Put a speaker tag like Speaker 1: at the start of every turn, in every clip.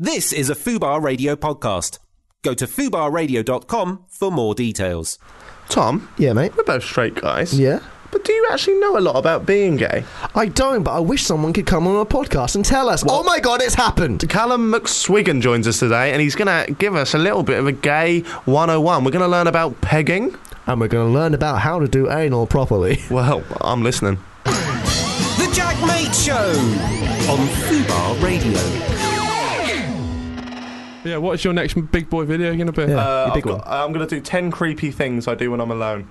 Speaker 1: This is a Fubar Radio podcast. Go to fubarradio.com for more details.
Speaker 2: Tom,
Speaker 3: Yeah, mate.
Speaker 2: we're both straight guys.
Speaker 3: Yeah.
Speaker 2: But do you actually know a lot about being gay?
Speaker 3: I don't, but I wish someone could come on a podcast and tell us. Oh my god, it's happened.
Speaker 2: Callum McSwiggan joins us today and he's going to give us a little bit of a gay 101. We're going to learn about pegging.
Speaker 3: And we're going to learn about how to do anal properly.
Speaker 2: Well, I'm listening.
Speaker 1: The Jack Mate Show on Fubar Radio.
Speaker 4: Yeah, what's your next big boy video going to be?
Speaker 3: Yeah, your
Speaker 2: Uh, I've
Speaker 3: big
Speaker 2: got-
Speaker 3: one.
Speaker 2: I'm going to do 10 creepy things I do when I'm alone.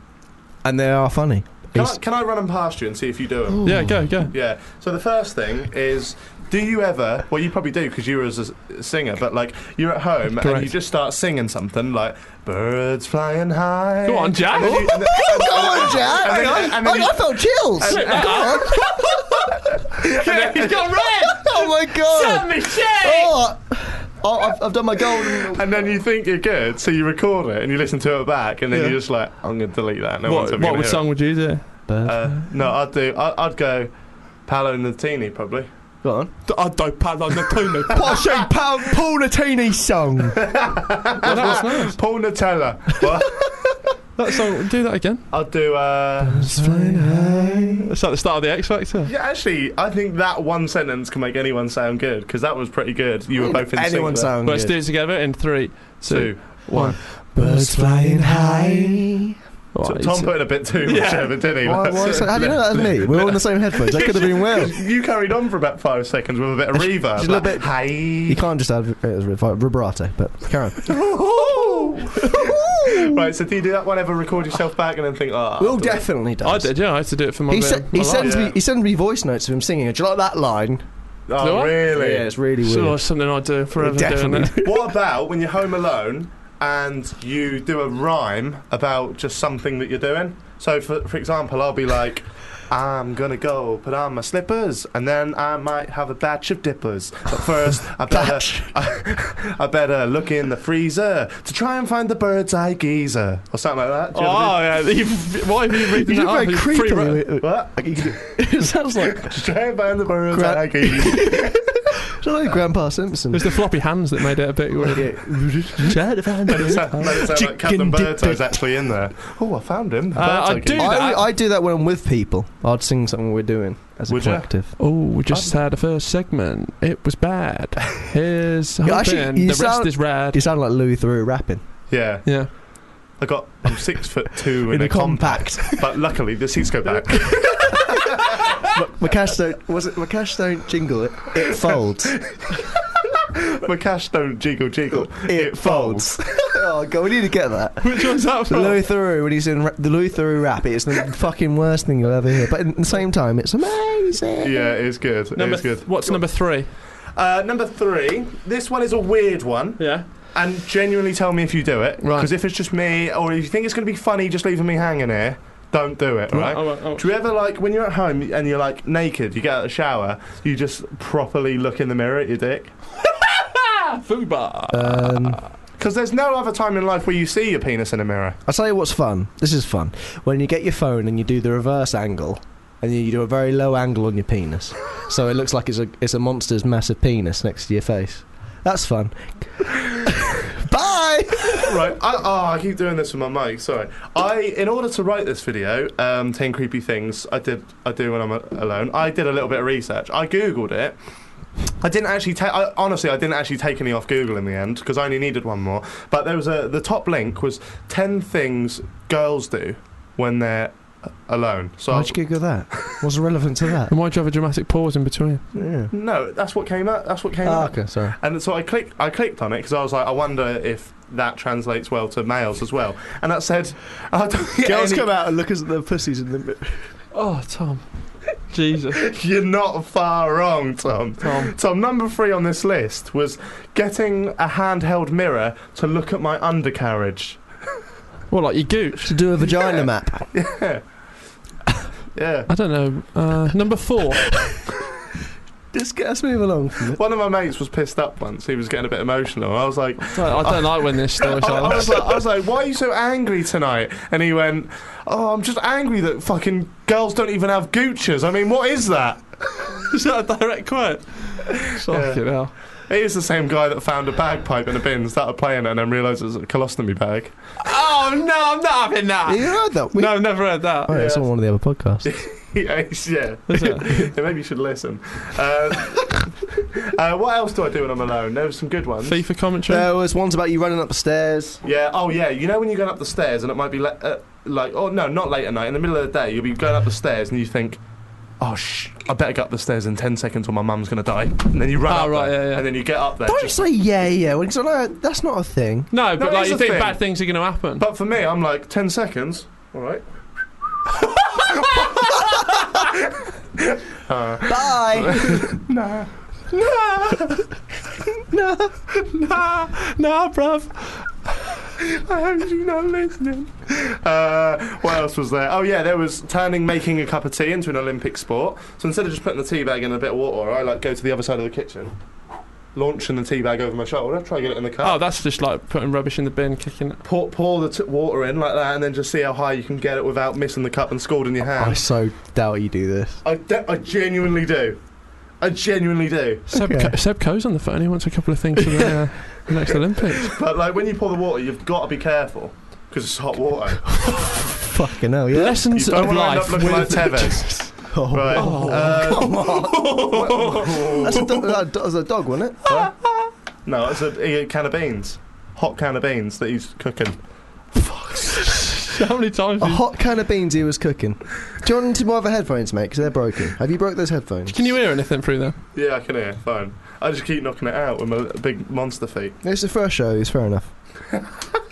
Speaker 3: And they are funny.
Speaker 2: Can I,
Speaker 3: It's-
Speaker 2: can I run them past you and see if you do them?
Speaker 4: Yeah, go, go.
Speaker 2: Yeah. So the first thing is, do you ever? Well, you probably do because you were as a s- singer. But like, you're at home and
Speaker 4: Correct.
Speaker 2: you just start singing something like "Birds Flying High."
Speaker 4: Go on, Jack.
Speaker 2: And then you- and then-
Speaker 3: Go on, Jack.
Speaker 2: and then-
Speaker 3: Hang on. Oh,
Speaker 2: and then
Speaker 3: I,
Speaker 2: you-
Speaker 3: I felt chills. Go on.
Speaker 4: He's got red!
Speaker 3: Oh my god.
Speaker 4: me
Speaker 3: Oh, oh, I've, I've done my golden.
Speaker 2: And then you think you're good, so you record it and you listen to it back, and then you're just like, "I'm gonna delete that." No one's
Speaker 4: What,
Speaker 2: ever
Speaker 4: what
Speaker 2: gonna
Speaker 4: would
Speaker 2: hear
Speaker 4: song would you do?
Speaker 2: It. Uh, no, I'd do. I, I'd go. Paolo Nutini, probably.
Speaker 3: Go on.
Speaker 4: I'd do Palo Natuna.
Speaker 3: Posh and Paul, Paul Nattini song.
Speaker 4: That's nice.
Speaker 2: Paul Nutella. What?
Speaker 4: That song, do that again.
Speaker 2: I'd do. Uh,
Speaker 4: That's at the start of the X Factor.
Speaker 3: Mm,
Speaker 2: Yeah, actually, I think that one sentence can make anyone sound good because that was pretty good. You were both in sync
Speaker 3: Anyone
Speaker 2: there.
Speaker 3: sound
Speaker 4: Let's do
Speaker 3: good.
Speaker 4: it together in three, two,
Speaker 2: Two.
Speaker 4: one.
Speaker 3: Birds flying high.
Speaker 4: Oh,
Speaker 2: So
Speaker 4: he's-
Speaker 2: Tom put in a bit too much
Speaker 4: Yeah.
Speaker 2: effort, didn't he?
Speaker 3: Why, why,
Speaker 2: That's-
Speaker 3: so, how do you know that was me? We're all in the same headphones. That could have been well.
Speaker 2: You carried on for about five seconds with a bit of reverb.
Speaker 3: Just a little
Speaker 2: like,
Speaker 3: bit- You can't just add it as re- vibrato, but Karen.
Speaker 2: "Hey." Right, so do you do that one ever record yourself back and then think, oh.
Speaker 3: Will definitely does.
Speaker 4: I did, yeah, I used to do it for my
Speaker 3: He,
Speaker 4: bit-
Speaker 3: se-
Speaker 4: my
Speaker 3: he
Speaker 4: life.
Speaker 3: sends
Speaker 2: Yeah.
Speaker 3: me he sends me voice notes of him singing. it. Do you like that line?
Speaker 4: Do
Speaker 2: Oh,
Speaker 4: I?
Speaker 2: really?
Speaker 3: Yeah, it's really
Speaker 4: So
Speaker 3: weird.
Speaker 4: it's something I do forever doing
Speaker 3: Definitely.
Speaker 4: it.
Speaker 2: what about when you're home alone and you do a rhyme about just something that you're doing? So, for, for example, I'll be like, I'm gonna go put on my slippers, and then I might have a batch of dippers. But first, I better, I, better look in the freezer to try and find the bird's eye geezer, or something like that.
Speaker 4: Oh,
Speaker 2: Do
Speaker 4: yeah.
Speaker 2: you ever
Speaker 4: you've- Why have you reading
Speaker 3: You
Speaker 4: that
Speaker 3: look
Speaker 4: up?
Speaker 3: very
Speaker 4: You've
Speaker 3: creepy.
Speaker 4: pre-wrote-
Speaker 3: Wait,
Speaker 2: do-
Speaker 3: wait,
Speaker 2: What?
Speaker 3: wait. It sounds like it
Speaker 2: Try and find the bird's
Speaker 3: Gra-
Speaker 2: eye geezer.
Speaker 3: sounds like Grandpa Simpson.
Speaker 4: It was the floppy hands that made it a bit weird.
Speaker 3: Try to find
Speaker 2: Made it sound- made it sound like Captain
Speaker 3: Chicken
Speaker 2: Birdseye
Speaker 3: dipper.
Speaker 2: is actually in there. Oh, I found him. the
Speaker 4: Uh,
Speaker 2: bird's
Speaker 4: I
Speaker 2: eye
Speaker 4: do-
Speaker 2: geezer.
Speaker 3: I,
Speaker 4: that.
Speaker 3: I do that when I'm with people. I'd sing something we're doing as a
Speaker 2: Would ya?
Speaker 3: collective.
Speaker 4: Oh, we just had a first segment. It was bad. Here's hoping
Speaker 3: Yeah, actually, you
Speaker 4: the
Speaker 3: sound-
Speaker 4: rest is rad.
Speaker 3: You sound like Louis Theroux rapping.
Speaker 2: Yeah,
Speaker 4: Yeah.
Speaker 2: I got. I'm six foot two in,
Speaker 3: In
Speaker 2: a
Speaker 3: a compact.
Speaker 2: compact, but luckily the seats go back.
Speaker 3: My cash don't was it? My cash don't jingle it. It folds.
Speaker 2: My cash don't jiggle jiggle.
Speaker 3: It folds. oh god, we need to get that.
Speaker 4: Which one's that
Speaker 3: The Louis Theroux when he's in ra- the Louis Theroux rap, it's the fucking worst thing you'll ever hear. But at the same time, it's amazing.
Speaker 2: Yeah, it's good.
Speaker 4: Number
Speaker 2: it's good.
Speaker 4: th- what's number three?
Speaker 2: Uh, number three. This one is a weird one,
Speaker 4: Yeah.
Speaker 2: and genuinely tell me if you do it.
Speaker 4: Right.
Speaker 2: Because if it's just me, or if you think it's going to be funny, just leaving me hanging here. Don't do it. Right.
Speaker 4: I won't- I won't.
Speaker 2: Do you ever like when you're at home and you're like naked, you get out of the shower, you just properly look in the mirror at your dick?
Speaker 4: Fubar.
Speaker 3: Um,
Speaker 2: Because there's no other time in life where you see your penis in a mirror.
Speaker 3: I'll tell you what's fun. This is fun. When you get your phone and you do the reverse angle, and you do a very low angle on your penis, so it looks like it's a it's a monster's massive penis next to your face. That's fun. Bye.
Speaker 2: Right. I, oh, I keep doing this with my mic. Sorry. I, in order to write this video, um, ten creepy things I did I do when I'm a- alone. I did a little bit of research. I googled it. I didn't actually take. Honestly, I didn't actually take any off Google in the end because I only needed one more. But there was a. The top link was ten things girls do when they're a- alone. So I-
Speaker 3: Why'd you Google that? What's relevant to that?
Speaker 4: and why'd you have a dramatic pause in between?
Speaker 3: Yeah.
Speaker 2: no, that's what came up. That's what came
Speaker 3: Ah,
Speaker 2: up.
Speaker 3: okay, sorry.
Speaker 2: And so I clicked, I clicked on it because I was like, I wonder if that translates well to males as well. And that said, I don't get any-
Speaker 3: out and look at their pussies in the.
Speaker 4: Oh, Tom. Jesus.
Speaker 2: You're not far wrong, Tom.
Speaker 4: Tom.
Speaker 2: Tom, number three on this list was getting a handheld mirror to look at my undercarriage.
Speaker 4: Well, like your gooch.
Speaker 3: To do a vagina map.
Speaker 2: Yeah.
Speaker 4: I don't know. Uh, number four.
Speaker 3: Just get, let's move along. From it.
Speaker 2: One of my mates was pissed up once. He was getting a bit emotional. I was like,
Speaker 4: I I don't like when this story
Speaker 2: I, I
Speaker 4: silence.
Speaker 2: was like, I was like, why are you so angry tonight? And he went, oh, I'm just angry that fucking girls don't even have gooches. I mean, what is that?
Speaker 4: Is that a direct quote? Fucking hell.
Speaker 2: He was the same guy that found a bagpipe in a bin, started playing it, and then realised it was a colostomy bag.
Speaker 5: Oh no, I'm not having that.
Speaker 3: You heard that?
Speaker 5: No, I've never heard that.
Speaker 3: Oh, yeah, it's on one of the other podcasts.
Speaker 2: yeah, it's- yeah.
Speaker 5: Is it?
Speaker 2: Yeah, maybe you should listen. Uh, uh, what else do I do when I'm alone? There were some good ones.
Speaker 6: FIFA commentary.
Speaker 3: There was ones about you running up the stairs.
Speaker 2: Yeah. Oh, yeah. You know when you're going up the stairs and it might be le- uh, like, oh no, not late at night. In the middle of the day, you'll be going up the stairs and you think, oh sh, I better go up the stairs in ten seconds or my mum's going to die. And then you run
Speaker 6: Ah,
Speaker 2: up
Speaker 6: right,
Speaker 2: there,
Speaker 6: yeah, yeah.
Speaker 2: and then you get up there.
Speaker 3: Don't
Speaker 2: just-
Speaker 3: say yeah, yeah, because I know that's not a thing.
Speaker 6: no,
Speaker 2: No,
Speaker 6: but like
Speaker 2: here's
Speaker 6: you
Speaker 2: the
Speaker 6: think
Speaker 2: thing.
Speaker 6: bad things are going to happen.
Speaker 2: but for me, I'm like ten seconds. All right.
Speaker 3: Bye.
Speaker 6: nah, nah, bruv.
Speaker 2: I hope you're not listening. Uh, what else was there? Oh yeah, there was turning making a cup of tea into an Olympic sport. So instead of just putting the tea bag in a bit of water, I like go to the other side of the kitchen, launching the tea bag over my shoulder, try and get it in the cup.
Speaker 6: Oh, that's just like putting rubbish in the bin, kicking
Speaker 3: Oh.
Speaker 6: it.
Speaker 2: pour, pour the t- water in like that and then just see how high you can get it without missing the cup and scalding your
Speaker 3: Oh, I
Speaker 2: hand.
Speaker 3: so doubt you do this.
Speaker 2: I, de- I genuinely do. I genuinely do.
Speaker 6: Seb,
Speaker 3: Okay.
Speaker 6: Co- Seb Coe's on the phone. He wants a couple of things for the, uh, the next Olympics.
Speaker 2: But like when you pour the water, you've got to be careful because it's hot water.
Speaker 3: Fucking hell, yeah.
Speaker 2: You
Speaker 6: Lessons
Speaker 2: don't
Speaker 6: of
Speaker 2: want to end
Speaker 6: life.
Speaker 2: up looking like Tevez.
Speaker 3: Oh,
Speaker 2: Right.
Speaker 6: Oh,
Speaker 2: uh,
Speaker 3: That's a, do- that do- that's a dog, wasn't it?
Speaker 2: no, it's a, a can of beans. Hot can of beans that he's cooking.
Speaker 6: How many times?
Speaker 3: A
Speaker 6: you-
Speaker 3: hot can of beans he was cooking. Do you want to have headphones, mate? Because they're broken. Have you broke those headphones?
Speaker 6: Can you hear anything through there?
Speaker 2: Yeah, I can hear. Fine. I just keep knocking it out with my big monster feet.
Speaker 3: It's the first show. It's fair enough.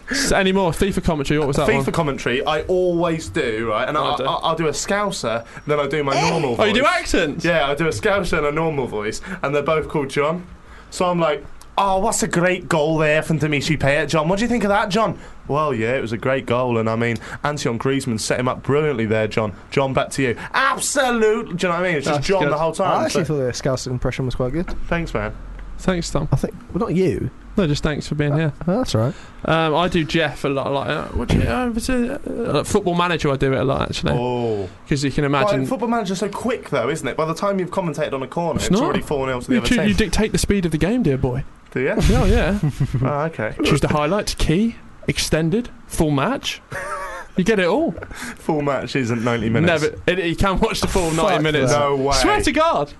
Speaker 6: S- Any more FIFA commentary? What was that
Speaker 2: FIFA
Speaker 6: one?
Speaker 2: commentary, I always do, right? And
Speaker 6: Oh,
Speaker 2: I,
Speaker 6: I do.
Speaker 2: I, I'll do a scouser, then I do my normal
Speaker 6: Oh, you do
Speaker 2: voice.
Speaker 6: accents.
Speaker 2: Yeah, I do a Scouser and a normal voice, and they're both called John. So I'm like, oh, what's a great goal there from Dimitri Payet, John? What do you think of that, John? Well, yeah, it was a great goal, and I mean, Antion Griezmann set him up brilliantly there, John. John, back to you. Absolutely. Do you know what I mean? It's just
Speaker 6: That's
Speaker 2: John
Speaker 6: good.
Speaker 2: the whole
Speaker 3: I
Speaker 2: time.
Speaker 3: actually
Speaker 2: So,
Speaker 3: thought the Scouse impression was quite good.
Speaker 2: thanks, man.
Speaker 6: Thanks, Tom.
Speaker 3: I think. Well, not you.
Speaker 6: No, just thanks for being here.
Speaker 3: Oh, that's all right.
Speaker 6: Um, I do Jeff a lot. Like, uh, what do you, uh, what's it, uh, football manager, I do it a lot actually,
Speaker 2: Oh,
Speaker 6: because you can
Speaker 2: Right,
Speaker 6: imagine
Speaker 2: football manager's so quick though, isn't it? By the time you've commentated on a corner,
Speaker 6: It's
Speaker 2: it's,
Speaker 6: not.
Speaker 2: already four 0 to the
Speaker 6: you,
Speaker 2: other
Speaker 6: choo-
Speaker 2: team.
Speaker 6: you dictate the speed of the game, dear boy.
Speaker 2: do you?
Speaker 6: Oh yeah.
Speaker 2: oh, okay.
Speaker 6: Choose the highlights, key, extended, full match. You get it all.
Speaker 2: Full match isn't ninety minutes.
Speaker 6: Never. It, you can watch the full
Speaker 3: Fuck
Speaker 6: 90 minutes.
Speaker 2: No way.
Speaker 6: Swear to God.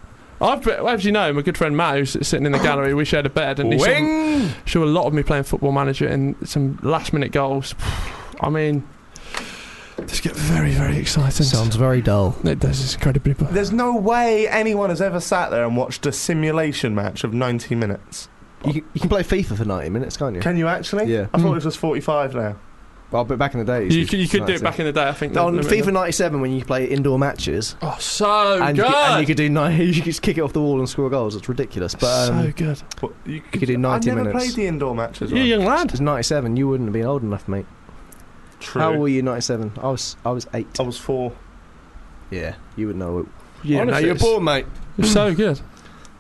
Speaker 6: I've, been- well, as you know, my good friend Matt, who's sitting in the gallery, we shared a bed, and he saw,
Speaker 2: Wing.
Speaker 6: saw a lot of me playing Football Manager and some last-minute goals. I mean, this get very, very exciting.
Speaker 3: Sounds very dull.
Speaker 6: It does. It's incredibly. bu-
Speaker 2: There's no way anyone has ever sat there and watched a simulation match of 90 minutes.
Speaker 3: You can, you can play FIFA for 90 minutes, can't you?
Speaker 2: Can you actually?
Speaker 3: Yeah.
Speaker 2: I thought
Speaker 6: Mm.
Speaker 2: it was 45 now.
Speaker 3: Well, but back in the day,
Speaker 6: You, could- you could do it back in the day, I think.
Speaker 3: on
Speaker 6: the- the-
Speaker 3: FIFA 97 when you play indoor matches.
Speaker 6: Oh, so
Speaker 3: and,
Speaker 6: good.
Speaker 3: you could, and you could do nine, you could just kick it off the wall and score goals. It's ridiculous. But um,
Speaker 6: so good.
Speaker 2: What, you
Speaker 3: could do 90
Speaker 2: I've never
Speaker 3: minutes.
Speaker 2: played the indoor matches.
Speaker 6: You young lad.
Speaker 3: it's 97. You wouldn't have been old enough, mate.
Speaker 2: True.
Speaker 3: How old were you? 97. I was. I was eight.
Speaker 2: I was four.
Speaker 3: Yeah, you would know.
Speaker 6: Yeah, no, you're born.
Speaker 3: mate.
Speaker 6: So good.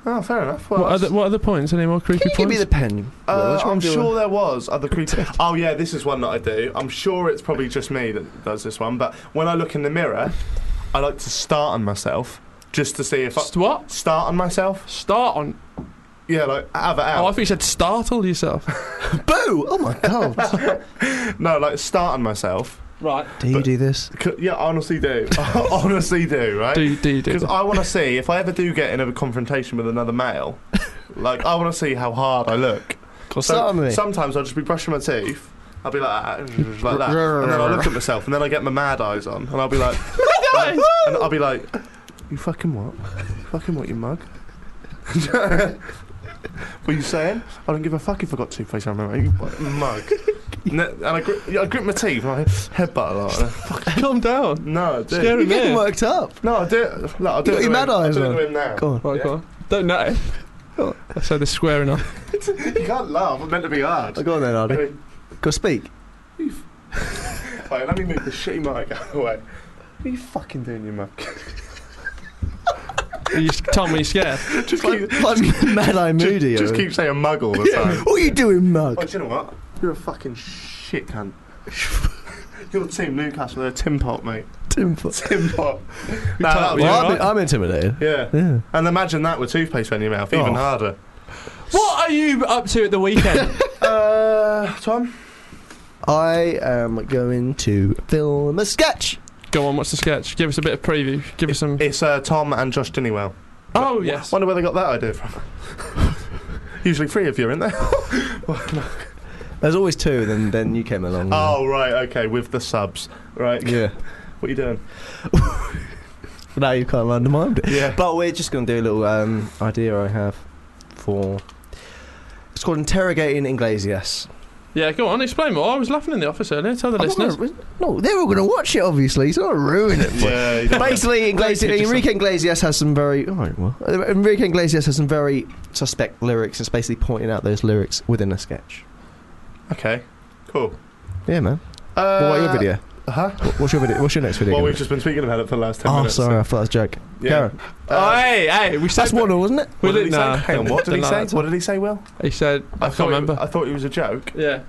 Speaker 2: Oh, fair enough. Well,
Speaker 6: What other, what other points? Any more creepy
Speaker 3: Can you give me
Speaker 6: points?
Speaker 3: the pen? Will?
Speaker 2: uh,
Speaker 3: Which one
Speaker 2: I'm
Speaker 3: do you
Speaker 2: sure
Speaker 3: want?
Speaker 2: there was other creepy. oh yeah, this is one that I do. I'm sure it's probably just me that does this one. But when I look in the mirror, I like to start on myself just to see if I
Speaker 6: St- what?
Speaker 2: start on myself.
Speaker 6: Start on.
Speaker 2: Yeah, like have it
Speaker 6: Oh, I
Speaker 2: out.
Speaker 6: thought you said startle yourself.
Speaker 3: Boo! Oh my god.
Speaker 2: no, like start on myself.
Speaker 6: right.
Speaker 3: do you do this?
Speaker 2: C- Yeah, I honestly do. I honestly do. Right.
Speaker 6: Do do you do?
Speaker 2: Because
Speaker 6: that?
Speaker 2: I want to see if I ever do get in a confrontation with another male, like I want to see how hard I look. So
Speaker 3: Start on me.
Speaker 2: sometimes I'll just be brushing my teeth. I'll be like that, like that, and then I will look at myself, and then I get my mad eyes on, and I'll be like, and I'll be like, you fucking what? You fucking what? You mug? what are you saying? I don't give a fuck if I got toothpaste on my mouth. You fucking mug. And then- and I grip, yeah, I grip my teeth and I headbutt a lot.
Speaker 6: Calm down.
Speaker 2: No, I do.
Speaker 6: Scary.
Speaker 3: You're getting
Speaker 6: Yeah.
Speaker 3: worked up.
Speaker 2: No, I do. it- Look, I'll do
Speaker 3: You
Speaker 2: it
Speaker 3: got your
Speaker 2: to
Speaker 3: mad
Speaker 2: him. I'll
Speaker 3: eyes
Speaker 2: do it
Speaker 3: on.
Speaker 2: to him now.
Speaker 3: Go on.
Speaker 6: Right, go on. Don't know. So they're squaring off.
Speaker 2: You can't laugh. I'm meant to be hard.
Speaker 3: Go on then, Ardy.
Speaker 2: Wait,
Speaker 3: Go speak.
Speaker 2: let me move the shitty mic out of the way. What are you fucking doing, you mug?
Speaker 6: You just, Tom, are you scared?
Speaker 2: just, keep,
Speaker 3: Like, like Mad Eye
Speaker 2: ju-
Speaker 3: Moody.
Speaker 2: just
Speaker 3: or-
Speaker 2: keep saying mug all the time.
Speaker 3: What are you doing, mug?
Speaker 2: oh, do you know what? You're a fucking shit cunt. Your team, Newcastle, they're Tim Pot, mate.
Speaker 3: Tim Fo-
Speaker 2: Tim Pot. Nah,
Speaker 6: tell-
Speaker 2: that
Speaker 6: we-
Speaker 2: was,
Speaker 3: Well,
Speaker 6: all
Speaker 3: I'm,
Speaker 6: right?
Speaker 3: I'm intimidated.
Speaker 2: yeah.
Speaker 3: Yeah.
Speaker 2: And imagine that with toothpaste in your mouth, even
Speaker 3: Oh.
Speaker 2: harder.
Speaker 6: What are you up to at the weekend?
Speaker 2: Uh, Tom?
Speaker 3: I am going to film a sketch.
Speaker 4: Go on, what's the sketch? Give us a bit of preview. Give us some.
Speaker 2: It's uh, Tom and Josh Dinnywell.
Speaker 4: Oh, yes.
Speaker 2: Wonder where they got that idea from. Usually three of you, aren't
Speaker 3: Mm.
Speaker 2: there?
Speaker 3: There's always two, then then you came along.
Speaker 2: Oh, right, okay, with the subs. Right,
Speaker 3: yeah.
Speaker 2: what are you doing?
Speaker 3: Now you've kind of undermined it.
Speaker 2: Yeah.
Speaker 3: But we're just going to do a little um, idea I have for. It's called interrogating Inglesias.
Speaker 4: Yeah, go on, explain more. I was laughing in the office earlier. Tell the
Speaker 3: I'm not
Speaker 4: listeners.
Speaker 3: gonna- no, they're all going to watch it. Obviously, so I ruin it.
Speaker 2: yeah, you don't-
Speaker 3: Basically, Inglesi-
Speaker 4: just-
Speaker 3: Enrique Iglesias has some very. All right, well, uh, Enrique Iglesias has some very suspect lyrics. It's basically pointing out those lyrics within a sketch.
Speaker 2: okay, cool.
Speaker 3: Yeah, man.
Speaker 2: Uh,
Speaker 3: Well, what about your video?
Speaker 2: Huh?
Speaker 3: What- What's your video? What's your next video?
Speaker 2: Well,
Speaker 3: gonna
Speaker 2: we've just been speaking about it for the last
Speaker 3: be?
Speaker 2: 10
Speaker 3: oh,
Speaker 2: minutes.
Speaker 3: sorry, I thought that was a joke.
Speaker 2: Yeah.
Speaker 3: Karen,
Speaker 6: oh,
Speaker 2: Uh,
Speaker 6: hey, hey, we said
Speaker 3: that's one, wasn't it?
Speaker 2: what
Speaker 4: Will
Speaker 2: did
Speaker 4: it
Speaker 2: he
Speaker 4: nah.
Speaker 2: say? Hang on, what did he
Speaker 4: Nah,
Speaker 2: say?
Speaker 4: that's-
Speaker 2: What did he say, Will?
Speaker 4: He said, I, can't
Speaker 2: thought it-
Speaker 4: remember.
Speaker 2: I thought it was a joke.
Speaker 4: yeah.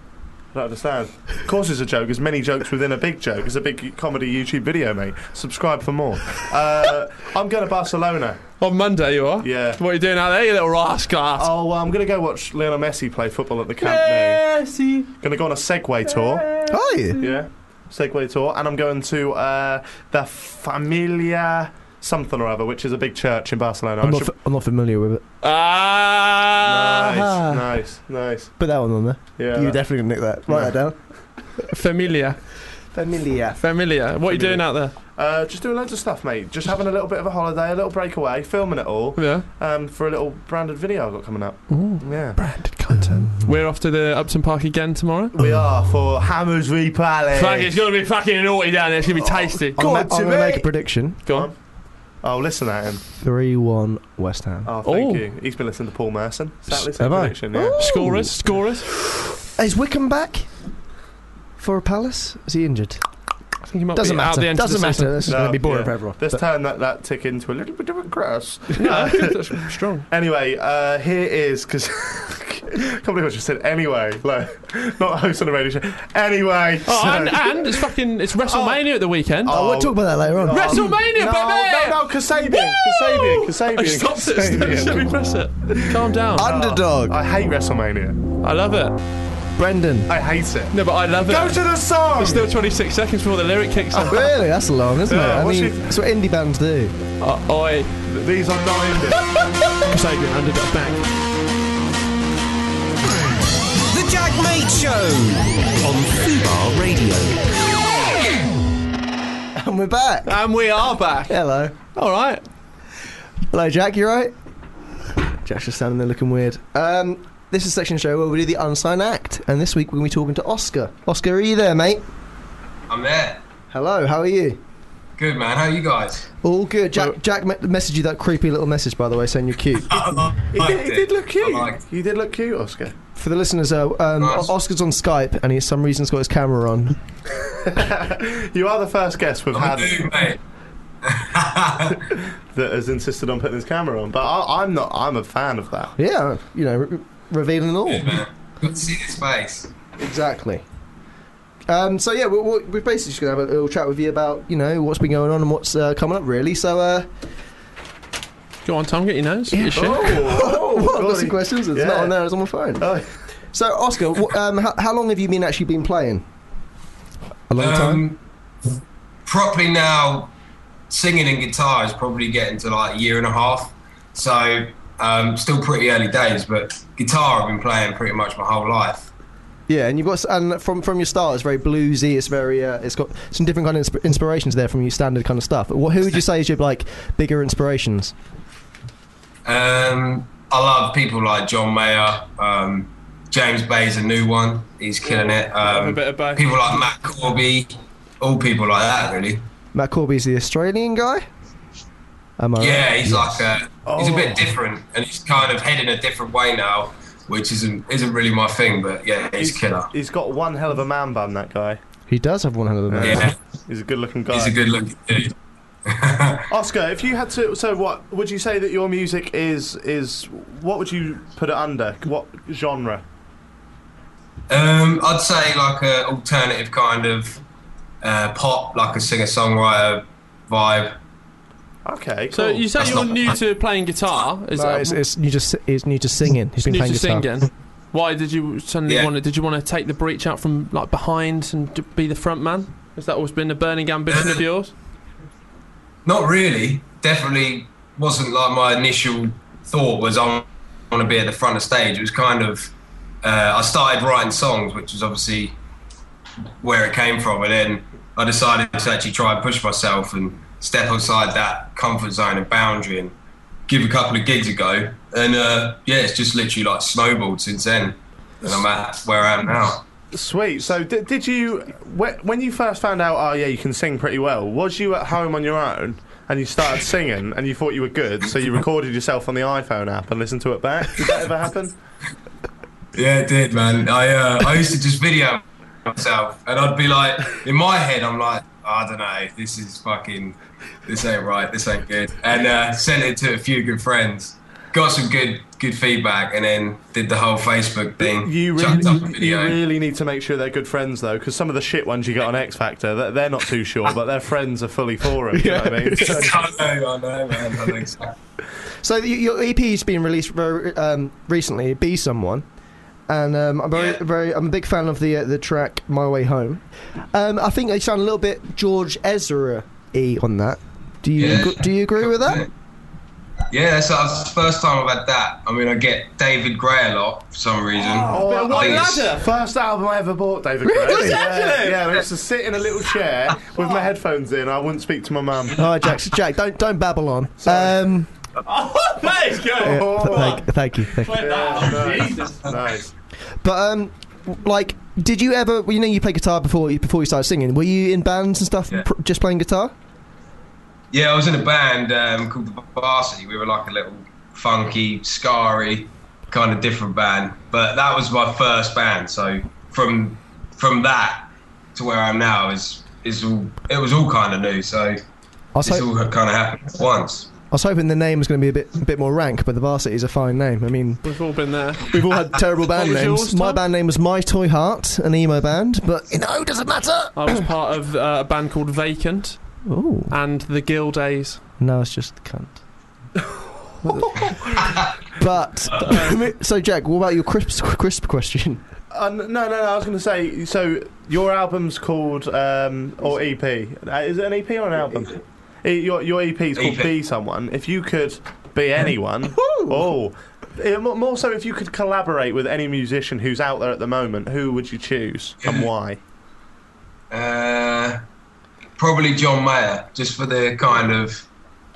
Speaker 2: I don't understand. Of course, it's a joke. There's many jokes within a big joke. It's a big comedy YouTube video, mate. Subscribe for more. Uh, I'm going to Barcelona.
Speaker 4: On Monday, you are?
Speaker 2: Yeah.
Speaker 4: What are you doing out there, you little rascal?
Speaker 2: Oh, well, I'm going to go watch Lionel Messi play football at the Camp Nou.
Speaker 4: yeah, see.
Speaker 2: Going to go on a Segway tour.
Speaker 3: Are you?
Speaker 2: Yeah, Segway tour, and I'm going to uh, the Familia something or other, which is a big church in Barcelona.
Speaker 3: I'm
Speaker 2: I
Speaker 3: not,
Speaker 2: should-
Speaker 3: f- I'm not familiar with it.
Speaker 4: Ah.
Speaker 2: nice, nice, nice.
Speaker 3: Put that one on there.
Speaker 2: Yeah,
Speaker 3: you
Speaker 2: that-
Speaker 3: definitely gonna nick that. Write that down.
Speaker 4: Familiar.
Speaker 3: Familiar.
Speaker 4: Familiar. What are you doing out there?
Speaker 2: uh, just doing loads of stuff, mate. Just having a little bit of a holiday, a little breakaway, filming it all
Speaker 4: Yeah.
Speaker 2: um, for a little branded video I've got coming up. Yeah.
Speaker 4: Branded content.
Speaker 2: Mm.
Speaker 4: We're off to the Upton Park again tomorrow.
Speaker 2: We are for Hammersby Palace.
Speaker 4: Fuck, it's gonna be fucking naughty down there. It's gonna be tasty.
Speaker 3: I'm,
Speaker 2: Oh. Go
Speaker 3: gonna,
Speaker 2: on
Speaker 3: I'm
Speaker 2: to
Speaker 3: gonna make a
Speaker 2: me.
Speaker 3: prediction.
Speaker 4: Go on.
Speaker 2: Oh, listen at him.
Speaker 3: Three-one West Ham.
Speaker 2: Oh, thank
Speaker 4: Oh.
Speaker 2: you. He's been listening to Paul Merson.
Speaker 3: S-
Speaker 2: Saturday's
Speaker 3: have I?
Speaker 2: prediction, yeah.
Speaker 4: Scorers. Scorers.
Speaker 3: Is Wickham back for Palace? Is he injured?
Speaker 4: I think he might
Speaker 3: Doesn't
Speaker 4: be out the
Speaker 3: matter.
Speaker 4: end
Speaker 3: Doesn't
Speaker 4: of the
Speaker 3: matter.
Speaker 4: season.
Speaker 3: This is
Speaker 2: No,
Speaker 3: going to be boring
Speaker 2: yeah.
Speaker 3: for everyone.
Speaker 2: Let's turn that, that tick into a little bit of a grass.
Speaker 4: No, that's strong.
Speaker 2: Anyway, uh, here is because can't believe I just said anyway. Like, not hosting a radio show. Anyway,
Speaker 4: Oh,
Speaker 2: so-
Speaker 4: and, and it's fucking it's WrestleMania at the weekend.
Speaker 3: Oh, we'll talk about that later on.
Speaker 2: Oh,
Speaker 4: WrestleMania,
Speaker 2: no,
Speaker 4: baby!
Speaker 2: No, no, Kasabian, Kasabian, Kasabian.
Speaker 4: I stopped it.
Speaker 2: Kasabian.
Speaker 4: Should we press it? Calm down.
Speaker 3: Underdog.
Speaker 2: I hate WrestleMania.
Speaker 4: I love it.
Speaker 3: Brendan.
Speaker 2: I hate it.
Speaker 4: No, but I love it.
Speaker 2: Go to the song.
Speaker 4: It's still 26 seconds before the lyric kicks in.
Speaker 3: Really? That's long, isn't
Speaker 2: Yeah,
Speaker 3: it? I
Speaker 2: what's
Speaker 3: mean,
Speaker 2: your-
Speaker 3: that's what indie bands do.
Speaker 2: Oh.
Speaker 4: Uh, oi.
Speaker 2: These are not Indian.
Speaker 4: Kasabian underdog bang.
Speaker 1: The Jack Mate Show on Fubar Radio.
Speaker 3: And we're back.
Speaker 4: And we are back.
Speaker 3: Hello.
Speaker 4: All right.
Speaker 3: Hello, Jack. You right? Jack's just standing there looking weird. Um, this is a section of the show where we do the unsigned act, and this week we're going to be talking to Oscar. Oscar, are you there, mate?
Speaker 7: I'm there.
Speaker 3: Hello. How are you?
Speaker 7: Good man. How are you guys?
Speaker 3: All good. Jack. Jack me- messaged you that creepy little message, by the way, saying you're cute.
Speaker 2: He did, he did look cute.
Speaker 7: I liked
Speaker 2: You did look cute, Oscar.
Speaker 3: For the listeners, uh, um,
Speaker 7: Nice.
Speaker 3: O- Oscar's on Skype, and he, for some reason's got his camera on.
Speaker 2: You are the first guest we've
Speaker 7: I
Speaker 2: had
Speaker 7: do, mate.
Speaker 2: that has insisted on putting his camera on, but I, I'm not. I'm a fan of that.
Speaker 3: Yeah, you know, re- revealing all.
Speaker 7: Good to see this face.
Speaker 3: Exactly. Um, so yeah, we're, we're we're basically just gonna have a little chat with you about you know what's been going on and what's uh, coming up really. So uh,
Speaker 4: Go on, Tom, get your nose. Get your shit.
Speaker 2: Oh,
Speaker 3: what? I've
Speaker 2: golly.
Speaker 3: got some questions. It's not
Speaker 2: Yeah.
Speaker 3: on there. It's on my phone.
Speaker 2: Oh,
Speaker 3: So Oscar, wh- um, how, how long have you been actually been playing? A long time.
Speaker 7: Um, properly now, singing and guitar is probably getting to like a year and a half. So um, still pretty early days, but guitar I've been playing pretty much my whole life.
Speaker 3: Yeah, and you've got s- and from from your start, it's very bluesy. It's very uh, it's got some different kind of insp- inspirations there from your standard kind of stuff. But what, who would you say is your like bigger inspirations?
Speaker 7: Um, I love people like John Mayer, um, James Bay's a new one. He's killing it.
Speaker 4: Have
Speaker 2: Oh.
Speaker 4: a
Speaker 7: Um,
Speaker 4: bit of both.
Speaker 7: people like Matt Corby, all people like that really.
Speaker 3: Matt Corby's the Australian guy. Am I? right?
Speaker 7: Yeah, he's like a, he's a
Speaker 2: Oh.
Speaker 7: bit different, and he's kind of heading a different way now, which isn't isn't really my thing. But yeah, he's, killer.
Speaker 2: He's got one hell of a man bun. That guy.
Speaker 3: He does have one hell of a man.
Speaker 7: Yeah,
Speaker 2: He's a good-looking guy.
Speaker 7: he's a good looking dude.
Speaker 2: Oscar, if you had to, so what would you say that your music is? Is what would you put it under? What genre?
Speaker 7: Um, I'd say like a alternative kind of uh, pop, like a singer songwriter vibe.
Speaker 2: Okay. Cool.
Speaker 6: So you say
Speaker 7: That's
Speaker 6: you're
Speaker 7: not-
Speaker 6: new to playing guitar? Is
Speaker 3: No,
Speaker 6: that-
Speaker 3: Uh, it's, it's new just it's new to singing. He's been
Speaker 6: new
Speaker 3: playing
Speaker 6: to
Speaker 3: guitar.
Speaker 6: singing? Why did you suddenly
Speaker 7: Yeah.
Speaker 6: want to? Did you want to take the breach out from like behind and d- be the front man? Has that always been a burning ambition of yours?
Speaker 7: Not really. Definitely wasn't like my initial thought was I want to be at the front of stage. It was kind of uh, I started writing songs, which is obviously where it came from, and then I decided to actually try and push myself and step outside that comfort zone and boundary and give a couple of gigs a go. And uh, yeah, it's just literally like snowballed since then, and I'm at where I am now.
Speaker 2: Sweet. So did, did you when, when you first found out? Oh yeah, you can sing pretty well. Was you at home on your own? And you started singing, and you thought you were good, so you recorded yourself on the iPhone app and listened to it back. Did that ever happen?
Speaker 7: Yeah, it did, man. I uh, I used to just video myself, and I'd be like, in my head, I'm like, I don't know, this is fucking, this ain't right, this ain't good, and uh, sent it to a few good friends. Got some good good feedback, and then did the whole Facebook thing.
Speaker 2: You
Speaker 7: chucked up a
Speaker 2: really, you
Speaker 7: video.
Speaker 2: really need to make sure they're good friends though, because some of the shit ones you get on X Factor, they're, they're not too sure, but their friends are fully for them. You know what I mean? So-
Speaker 7: I know, I know, man. I think so.
Speaker 3: So y- your EP's been released very um, recently. Be someone, and um, I'm very,
Speaker 7: Yeah.
Speaker 3: very. I'm a big fan of the uh, the track "My Way Home." Um, I think they sound a little bit George Ezra y on that. Do you
Speaker 7: Yeah.
Speaker 3: ag- do you agree with that?
Speaker 7: Yeah, that's, that's the first time I've had that. I mean, I get David Gray a lot for some reason.
Speaker 2: Oh,
Speaker 7: I think it's-
Speaker 2: First album I ever bought, David. Really? Yeah, yeah, I used to sit in a little chair with my headphones in. I wouldn't speak to my mum.
Speaker 3: All right, Jack. Jack, don't don't babble on. Um,
Speaker 6: Let's go.
Speaker 3: yeah, th-
Speaker 2: Oh.
Speaker 3: thank, thank you. Thank you.
Speaker 2: nice. nice.
Speaker 3: But um, w- like, did you ever? well, You know, you played guitar before you before you started singing. Were you in bands and stuff,
Speaker 7: Yeah.
Speaker 3: pr- just playing guitar?
Speaker 7: Yeah, I was in a band um, called the Varsity. We were like a little funky, scary, kind of different band. But that was my first band. So from from that to where I am now is is all it was all kind of new. So
Speaker 3: I was,
Speaker 7: this
Speaker 3: ho-
Speaker 7: all kind of happened at once.
Speaker 3: I was hoping the name was going to be a bit a bit more rank, but the Varsity is a fine name. I mean,
Speaker 6: We've all been there.
Speaker 3: We've all had terrible band
Speaker 6: What was
Speaker 3: names.
Speaker 6: yours,
Speaker 3: My
Speaker 6: Tom?
Speaker 3: band name was My Toy Heart, an emo band, but you know, doesn't matter.
Speaker 6: I was part of uh, a band called Vacant
Speaker 3: Oh,
Speaker 6: and the Guild A's.
Speaker 3: no, it's just cunt. but um, so, Jack, what about your crisp crisp question?
Speaker 2: Uh, n- no, no, no. I was going to say. So your album's called um, or EP. Uh, Is it an EP or an album? E- Your your EP is called
Speaker 7: EP.
Speaker 2: Be Someone. If you could be anyone, oh, Eh, mo- more so if you could collaborate with any musician who's out there at the moment, who would you choose and why?
Speaker 7: Uh, probably John Mayer, just for the kind of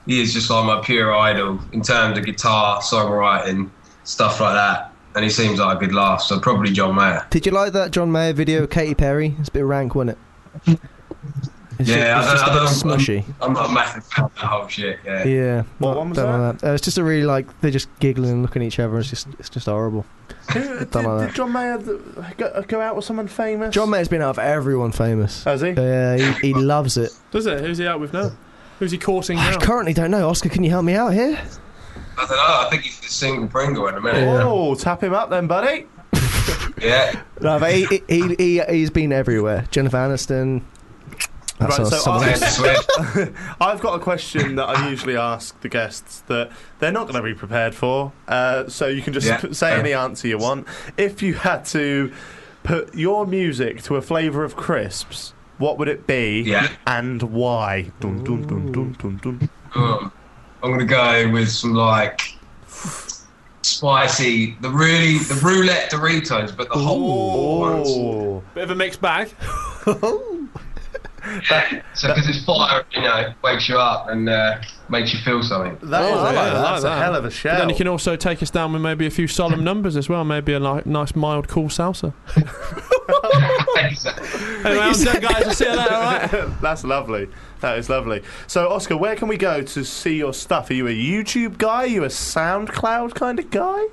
Speaker 7: he is just like my pure idol in terms of guitar, songwriting, stuff like that. And he seems like a good laugh, so probably John Mayer.
Speaker 3: Did you like that John Mayer video, of Katy Perry? It's a bit rank, wasn't it? It's
Speaker 7: Yeah,
Speaker 3: just, it's just
Speaker 7: I don't-
Speaker 3: a
Speaker 7: I
Speaker 3: bit
Speaker 7: don't-
Speaker 3: smushy.
Speaker 7: I'm not a massive fan of that whole shit. Yeah.
Speaker 3: Yeah,
Speaker 2: What
Speaker 3: no,
Speaker 2: one was
Speaker 3: don't like that. Uh, it's just a really like they're just giggling and looking at each other. It's just it's just horrible.
Speaker 2: Who, did,
Speaker 3: Don't like
Speaker 2: did
Speaker 3: that.
Speaker 2: John Mayer th- go, go out with someone famous?
Speaker 3: John Mayer's been out of everyone famous.
Speaker 2: Has he?
Speaker 3: Yeah, he, he loves it.
Speaker 6: Does it? Who's he out with now? Who's he courting
Speaker 3: I
Speaker 6: now?
Speaker 3: currently don't know. Oscar, can you help me out here?
Speaker 7: I don't know. I think he's the single Pringle at the minute.
Speaker 2: Oh, tap him up then, buddy.
Speaker 7: Yeah.
Speaker 3: No, but he, he, he, he's been everywhere. Jennifer Aniston. That's
Speaker 2: Right,
Speaker 3: right,
Speaker 2: so
Speaker 3: someone
Speaker 2: I-
Speaker 3: else.
Speaker 7: Taylor Swift.
Speaker 2: I've got a question that I usually ask the guests that they're not going to be prepared for. Uh, so you can just
Speaker 7: Yeah.
Speaker 2: p- say any answer you want. If you had to put your music to a flavour of crisps, what would it be
Speaker 7: Yeah.
Speaker 2: and why? Dun, dun, dun, dun, dun, dun.
Speaker 7: Um, I'm gonna go with some like spicy, the really the roulette Doritos, but the whole ones.
Speaker 2: Oh,
Speaker 6: Bit of a mixed bag.
Speaker 7: Yeah. So because it's fire, you know, wakes you up and uh, makes you feel something.
Speaker 2: that
Speaker 6: Oh,
Speaker 2: is
Speaker 6: I like
Speaker 2: a,
Speaker 6: that, I like
Speaker 2: that's a
Speaker 6: that.
Speaker 2: hell of a
Speaker 6: But
Speaker 2: shell.
Speaker 6: then you can also take us down with maybe a few solemn numbers as well. Maybe a ni- nice mild cool salsa. Anyway, I'm done, guys. I'll see you later. All right.
Speaker 2: That's lovely. That is lovely. So, Oscar, where can we go to see your stuff? Are you a YouTube guy? Are you a SoundCloud kind of guy?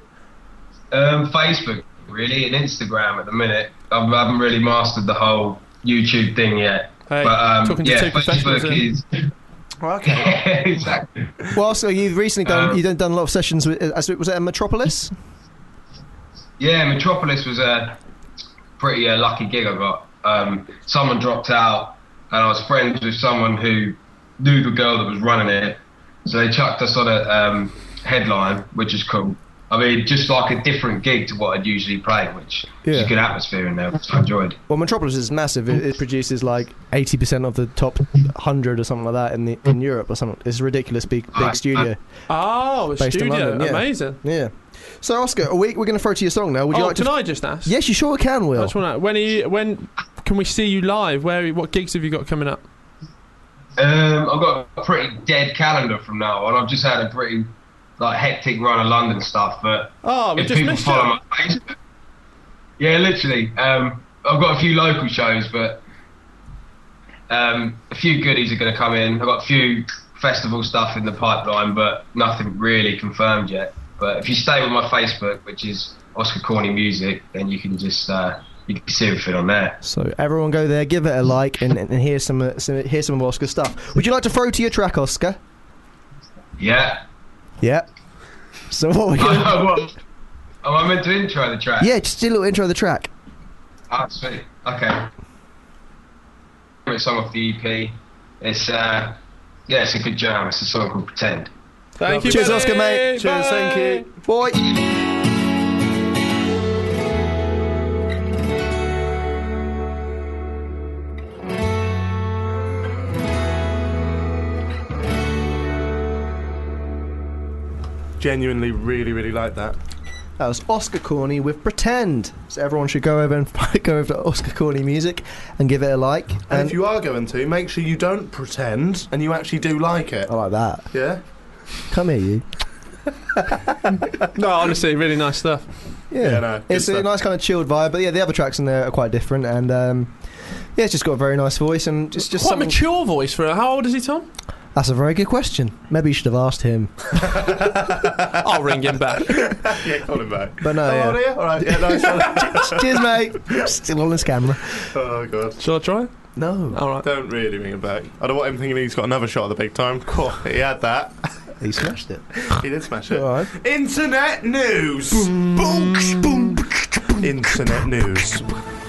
Speaker 7: Um, Facebook, really, and Instagram at the minute. I've, I haven't really mastered the whole YouTube thing yet.
Speaker 6: Hey,
Speaker 7: but um,
Speaker 6: talking to
Speaker 7: yeah,
Speaker 6: two professionals
Speaker 7: Facebook
Speaker 6: here.
Speaker 7: is
Speaker 2: Okay.
Speaker 7: exactly.
Speaker 3: Well, Oscar, you've recently done
Speaker 7: Um,
Speaker 3: you've done, done a lot of sessions with. uh, As was it at Metropolis?
Speaker 7: Yeah, Metropolis was a pretty uh, lucky gig I got. Um, someone dropped out, and I was friends with someone who knew the girl that was running it, So they chucked us on a um, headline, which is cool. I mean, just like a different gig to what I'd usually play, which is
Speaker 3: Yeah.
Speaker 7: a good atmosphere in there, which I enjoyed.
Speaker 3: Well, Metropolis is massive. It, it produces like eighty percent of the top hundred or something like that in the in Europe or something. It's a ridiculous big
Speaker 7: Uh,
Speaker 3: big studio.
Speaker 6: Oh, a
Speaker 3: Based in
Speaker 6: studio.
Speaker 3: London, yeah.
Speaker 6: Amazing.
Speaker 3: Yeah. So Oscar, are we, we're going to throw to your song now. Would you
Speaker 6: oh,
Speaker 3: like
Speaker 6: can
Speaker 3: to?
Speaker 6: I just ask?
Speaker 3: Yes, you sure can,
Speaker 6: I
Speaker 3: Will.
Speaker 6: just want to. When are you, when can we see you live? Where? What gigs have you got coming up?
Speaker 7: Um, I've got a pretty dead calendar from now on. I've just had a pretty like hectic run of London stuff, but
Speaker 6: Oh, we
Speaker 7: if
Speaker 6: just
Speaker 7: people
Speaker 6: missed
Speaker 7: follow
Speaker 6: you.
Speaker 7: my Facebook, yeah, literally. Um, I've got a few local shows, but um, a few goodies are going to come in. I've got a few festival stuff in the pipeline, but nothing really confirmed yet. But if you stay with my Facebook, which is Oscar Corney Music, then you can just uh, you can see everything on there.
Speaker 3: So everyone go there, give it a like, and, and hear some, uh, some hear some of Oscar's stuff. Would you like to throw to your track, Oscar?
Speaker 7: Yeah.
Speaker 3: Yeah. So what? We're gonna,
Speaker 7: What? Am I meant to intro the track?
Speaker 3: yeah, just do a little intro of the track.
Speaker 7: Ah, sweet. Okay. Favorite song off the EP. It's uh, yeah, it's a good jam. It's a song called Pretend.
Speaker 6: Thank you.
Speaker 3: Cheers,
Speaker 6: buddy.
Speaker 3: Oscar, mate.
Speaker 6: Bye.
Speaker 2: Cheers, thank you.
Speaker 3: Boy.
Speaker 2: Genuinely, really, really like that.
Speaker 3: That was Oscar Corney with Pretend. So everyone should go over and go over to Oscar Corney Music and give it a like.
Speaker 2: And,
Speaker 3: And
Speaker 2: if you are going to, make sure you don't pretend and you actually do like it.
Speaker 3: I like that.
Speaker 2: Yeah?
Speaker 3: Come here, you.
Speaker 6: No, honestly, really nice stuff.
Speaker 3: Yeah,
Speaker 2: Yeah, no, good
Speaker 3: it's a
Speaker 2: stuff.
Speaker 3: nice kind of chilled vibe. But yeah, the other tracks in there are quite different, and um, yeah, it's just got a very nice voice, and it's just
Speaker 6: Quite
Speaker 3: something-
Speaker 6: mature voice for how old is he, Tom?
Speaker 3: That's a very good question. Maybe you should have asked him.
Speaker 6: I'll ring him back.
Speaker 2: Yeah, call him back.
Speaker 3: But no,
Speaker 2: How
Speaker 3: Oh, yeah.
Speaker 2: old are you? All right, yeah, nice one.
Speaker 3: Cheers, mate. Still on this camera.
Speaker 2: oh, God.
Speaker 6: Shall I try?
Speaker 3: No,
Speaker 6: All right.
Speaker 2: Don't really ring him back. I don't want him thinking he's got another shot at the big time. Cool. He had that.
Speaker 3: he smashed it.
Speaker 2: He did smash it.
Speaker 3: All right.
Speaker 2: Internet news. Boom, boom, Internet news.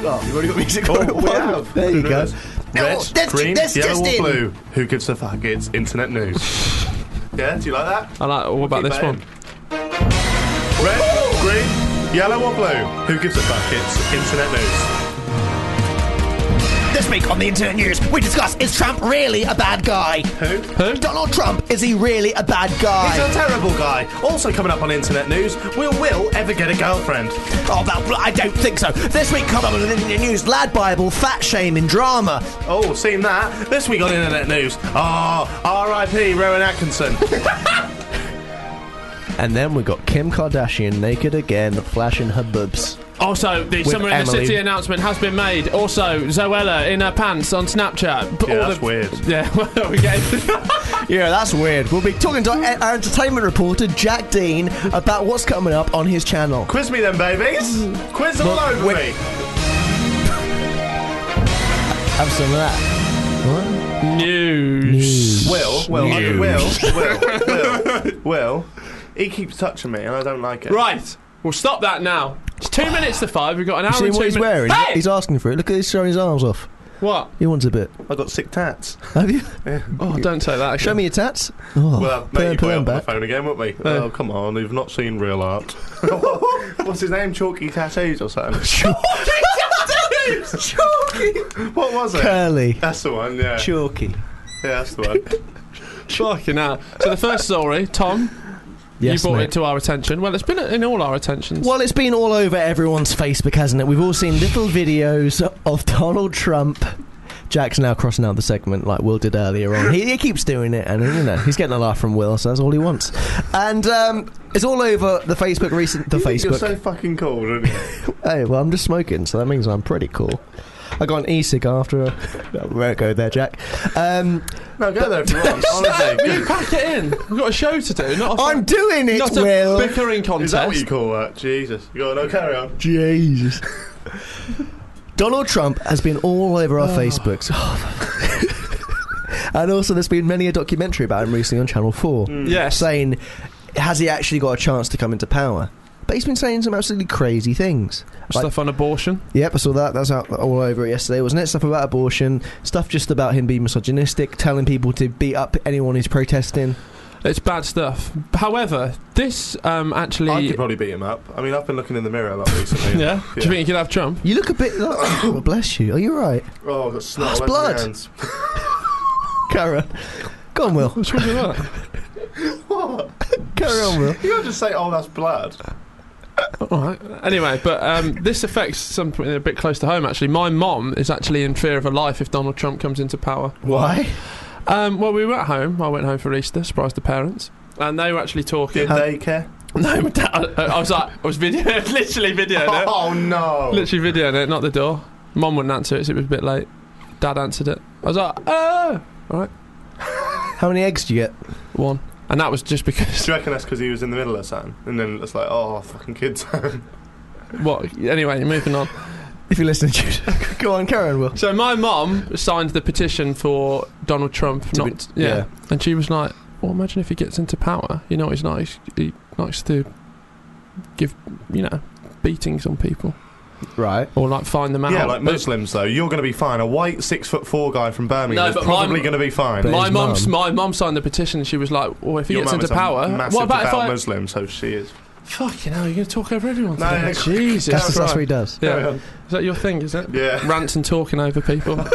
Speaker 3: Oh, you've already got music on.
Speaker 2: we have.
Speaker 3: There you
Speaker 2: Who
Speaker 3: go.
Speaker 2: knows?
Speaker 3: No,
Speaker 2: Red,
Speaker 3: that's-
Speaker 2: green,
Speaker 3: that's
Speaker 2: yellow,
Speaker 3: just
Speaker 2: or
Speaker 3: in.
Speaker 2: blue. Who gives a fuck? It's internet news. yeah, do you like that?
Speaker 6: I like. What about
Speaker 2: Keep
Speaker 6: this
Speaker 2: that
Speaker 6: one?
Speaker 2: in. Red, green, yellow, or blue? Who gives a fuck? It's internet news.
Speaker 8: This week on the Internet News, we discuss is Trump really a bad guy?
Speaker 2: Who?
Speaker 8: Donald Trump, is he really a bad guy?
Speaker 2: He's a terrible guy. Also coming up on internet news, will Will ever get a girlfriend?
Speaker 8: oh, that, bl- I don't think so. This week, come up with the Internet News, Lad Bible, Fat Shame in Drama.
Speaker 2: Oh, seen that. This week on internet news, ah, R.I.P. Rowan Atkinson.
Speaker 3: And then we got Kim Kardashian naked again, flashing her boobs.
Speaker 6: Also, the Summer in the
Speaker 3: Emily.
Speaker 6: City announcement has been made. Also, Zoella in her pants on Snapchat. P-
Speaker 2: Yeah,
Speaker 6: all
Speaker 2: that's
Speaker 6: the-
Speaker 2: weird.
Speaker 6: Yeah, well, we get
Speaker 3: Yeah, that's weird. We'll be talking to our- our entertainment reporter Jack Dean about what's coming up on his channel.
Speaker 2: Quiz me then, babies. Quiz all
Speaker 3: Well,
Speaker 2: over
Speaker 3: wait.
Speaker 2: me.
Speaker 3: Have some of that.
Speaker 6: news.
Speaker 2: Will, Will, I- Will, Will, Will, Will. He keeps touching me, and I don't like it.
Speaker 6: Right, we'll stop that now. It's two minutes to five. We've got an hour
Speaker 3: See
Speaker 6: and two
Speaker 3: what he's
Speaker 6: minutes.
Speaker 3: wearing?
Speaker 6: Hey!
Speaker 3: He's asking for it. Look at he's showing his arms off.
Speaker 6: what?
Speaker 3: He wants a bit.
Speaker 2: I got sick tats.
Speaker 3: Have you?
Speaker 6: Oh, don't say that.
Speaker 3: Show
Speaker 6: Actually.
Speaker 3: me your tats. Oh,
Speaker 2: Well,
Speaker 3: put
Speaker 2: mate,
Speaker 3: him-
Speaker 2: you
Speaker 3: put
Speaker 2: put
Speaker 3: him
Speaker 2: up on the
Speaker 3: back.
Speaker 2: phone again, won't we? Oh, come on, you've not seen real art. What's his name? Chalky tattoos or something?
Speaker 3: Chalky.
Speaker 2: what was it?
Speaker 3: Curly.
Speaker 2: That's the one. Yeah, yeah,
Speaker 3: Chalky.
Speaker 2: that's the one.
Speaker 6: Fucking hell. So the first story, Tom,
Speaker 3: Yes,
Speaker 6: you brought
Speaker 3: mate.
Speaker 6: it to our attention. Well, it's been in all our attentions.
Speaker 3: Well, it's been all over everyone's Facebook, hasn't it? We've all seen little videos of Donald Trump. Jack's now crossing out the segment like Will did earlier on. He, he keeps doing it, and you know he's getting a laugh from Will, so that's all he wants. And um, it's all over the Facebook recent the
Speaker 2: You think You're
Speaker 3: Facebook.
Speaker 2: so fucking cool, aren't you?
Speaker 3: hey, well, I'm just smoking, so that means I'm pretty cool. I got an e-cig after. A, no, we won't go there, Jack. Um,
Speaker 2: No, go there if you want. Honestly,
Speaker 6: Will you pack it in? We've got a show to do. Not a
Speaker 3: I'm doing it,
Speaker 6: not a
Speaker 3: Will.
Speaker 6: bickering
Speaker 2: is that what
Speaker 6: contest.
Speaker 2: you call that? Jesus. Go on, no, carry on.
Speaker 3: Jesus. Donald Trump has been all over
Speaker 6: Oh.
Speaker 3: our Facebooks. and also, there's been many a documentary about him recently on Channel 4
Speaker 6: Mm. Yes.
Speaker 3: saying, has he actually got a chance to come into power? But he's been saying some absolutely crazy things. Like,
Speaker 6: Stuff on abortion.
Speaker 3: yep, I saw that. That's out all over it yesterday, wasn't it? Stuff about abortion, stuff just about him being misogynistic, telling people to beat up anyone who's protesting.
Speaker 6: It's bad stuff. However, this um,
Speaker 2: I
Speaker 6: actually.
Speaker 2: could probably beat him up. I mean, I've been looking in the mirror a lot recently.
Speaker 6: yeah? Do you think you could have Trump?
Speaker 3: You look a bit. Like, oh, bless you. Are you all right,
Speaker 2: Oh, I've got snot
Speaker 3: That's
Speaker 2: all over my
Speaker 3: blood.
Speaker 2: hands.
Speaker 3: Karen? Go on, Will.
Speaker 6: What's wrong with that?
Speaker 2: What?
Speaker 3: Carry on, Will.
Speaker 2: You can't just say, "Oh, that's blood."
Speaker 6: All right. Anyway, but um, this affects something a bit close to home. Actually, my mom is actually in fear of her life if Donald Trump comes into power.
Speaker 3: Why?
Speaker 6: Um, well, we were at home. I went home for Easter, surprised the parents, and they were actually talking.
Speaker 2: Did they care?
Speaker 6: no, my dad, I, I was like, I was video, literally videoing it,
Speaker 2: Oh no!
Speaker 6: literally videoing it, not the door. Mom wouldn't answer it. So it was a bit late. Dad answered it. I was like, oh,
Speaker 3: How many eggs do you get?
Speaker 6: one, and that was just because
Speaker 2: Do you reckon that's because he was in the middle of something? And then it's like, oh, fucking kids.
Speaker 6: what? Anyway, moving on.
Speaker 3: If you're listening, Jude. Go on, Karen. Will.
Speaker 6: So my mom signed the petition for Donald Trump
Speaker 3: To
Speaker 6: not. yeah. and she was like, "Well, imagine if he gets into power. You know, he's nice. He likes to give, you know, beatings on people
Speaker 3: Right.
Speaker 6: or like find them out."
Speaker 2: yeah, like
Speaker 6: But
Speaker 2: Muslims though, you're going to be fine. A white six foot four guy from Birmingham
Speaker 6: No,
Speaker 2: is
Speaker 6: but
Speaker 2: probably
Speaker 6: my-
Speaker 2: going to be fine.
Speaker 3: But
Speaker 6: My
Speaker 3: his
Speaker 6: mom's my mom signed the petition. She was like, "Well, if he
Speaker 2: Your
Speaker 6: gets
Speaker 2: mum
Speaker 6: into
Speaker 2: is a
Speaker 6: power,
Speaker 2: massive
Speaker 6: what about if
Speaker 2: devout
Speaker 6: I?"
Speaker 2: Muslim? So she is.
Speaker 6: Fucking hell, you're gonna talk over everyone
Speaker 2: No,
Speaker 6: today.
Speaker 2: no,
Speaker 6: Jesus,
Speaker 3: That's, that's
Speaker 6: Christ.
Speaker 3: what he does.
Speaker 6: Yeah. is that your thing? Is it?
Speaker 2: Yeah.
Speaker 6: Rants and talking over people.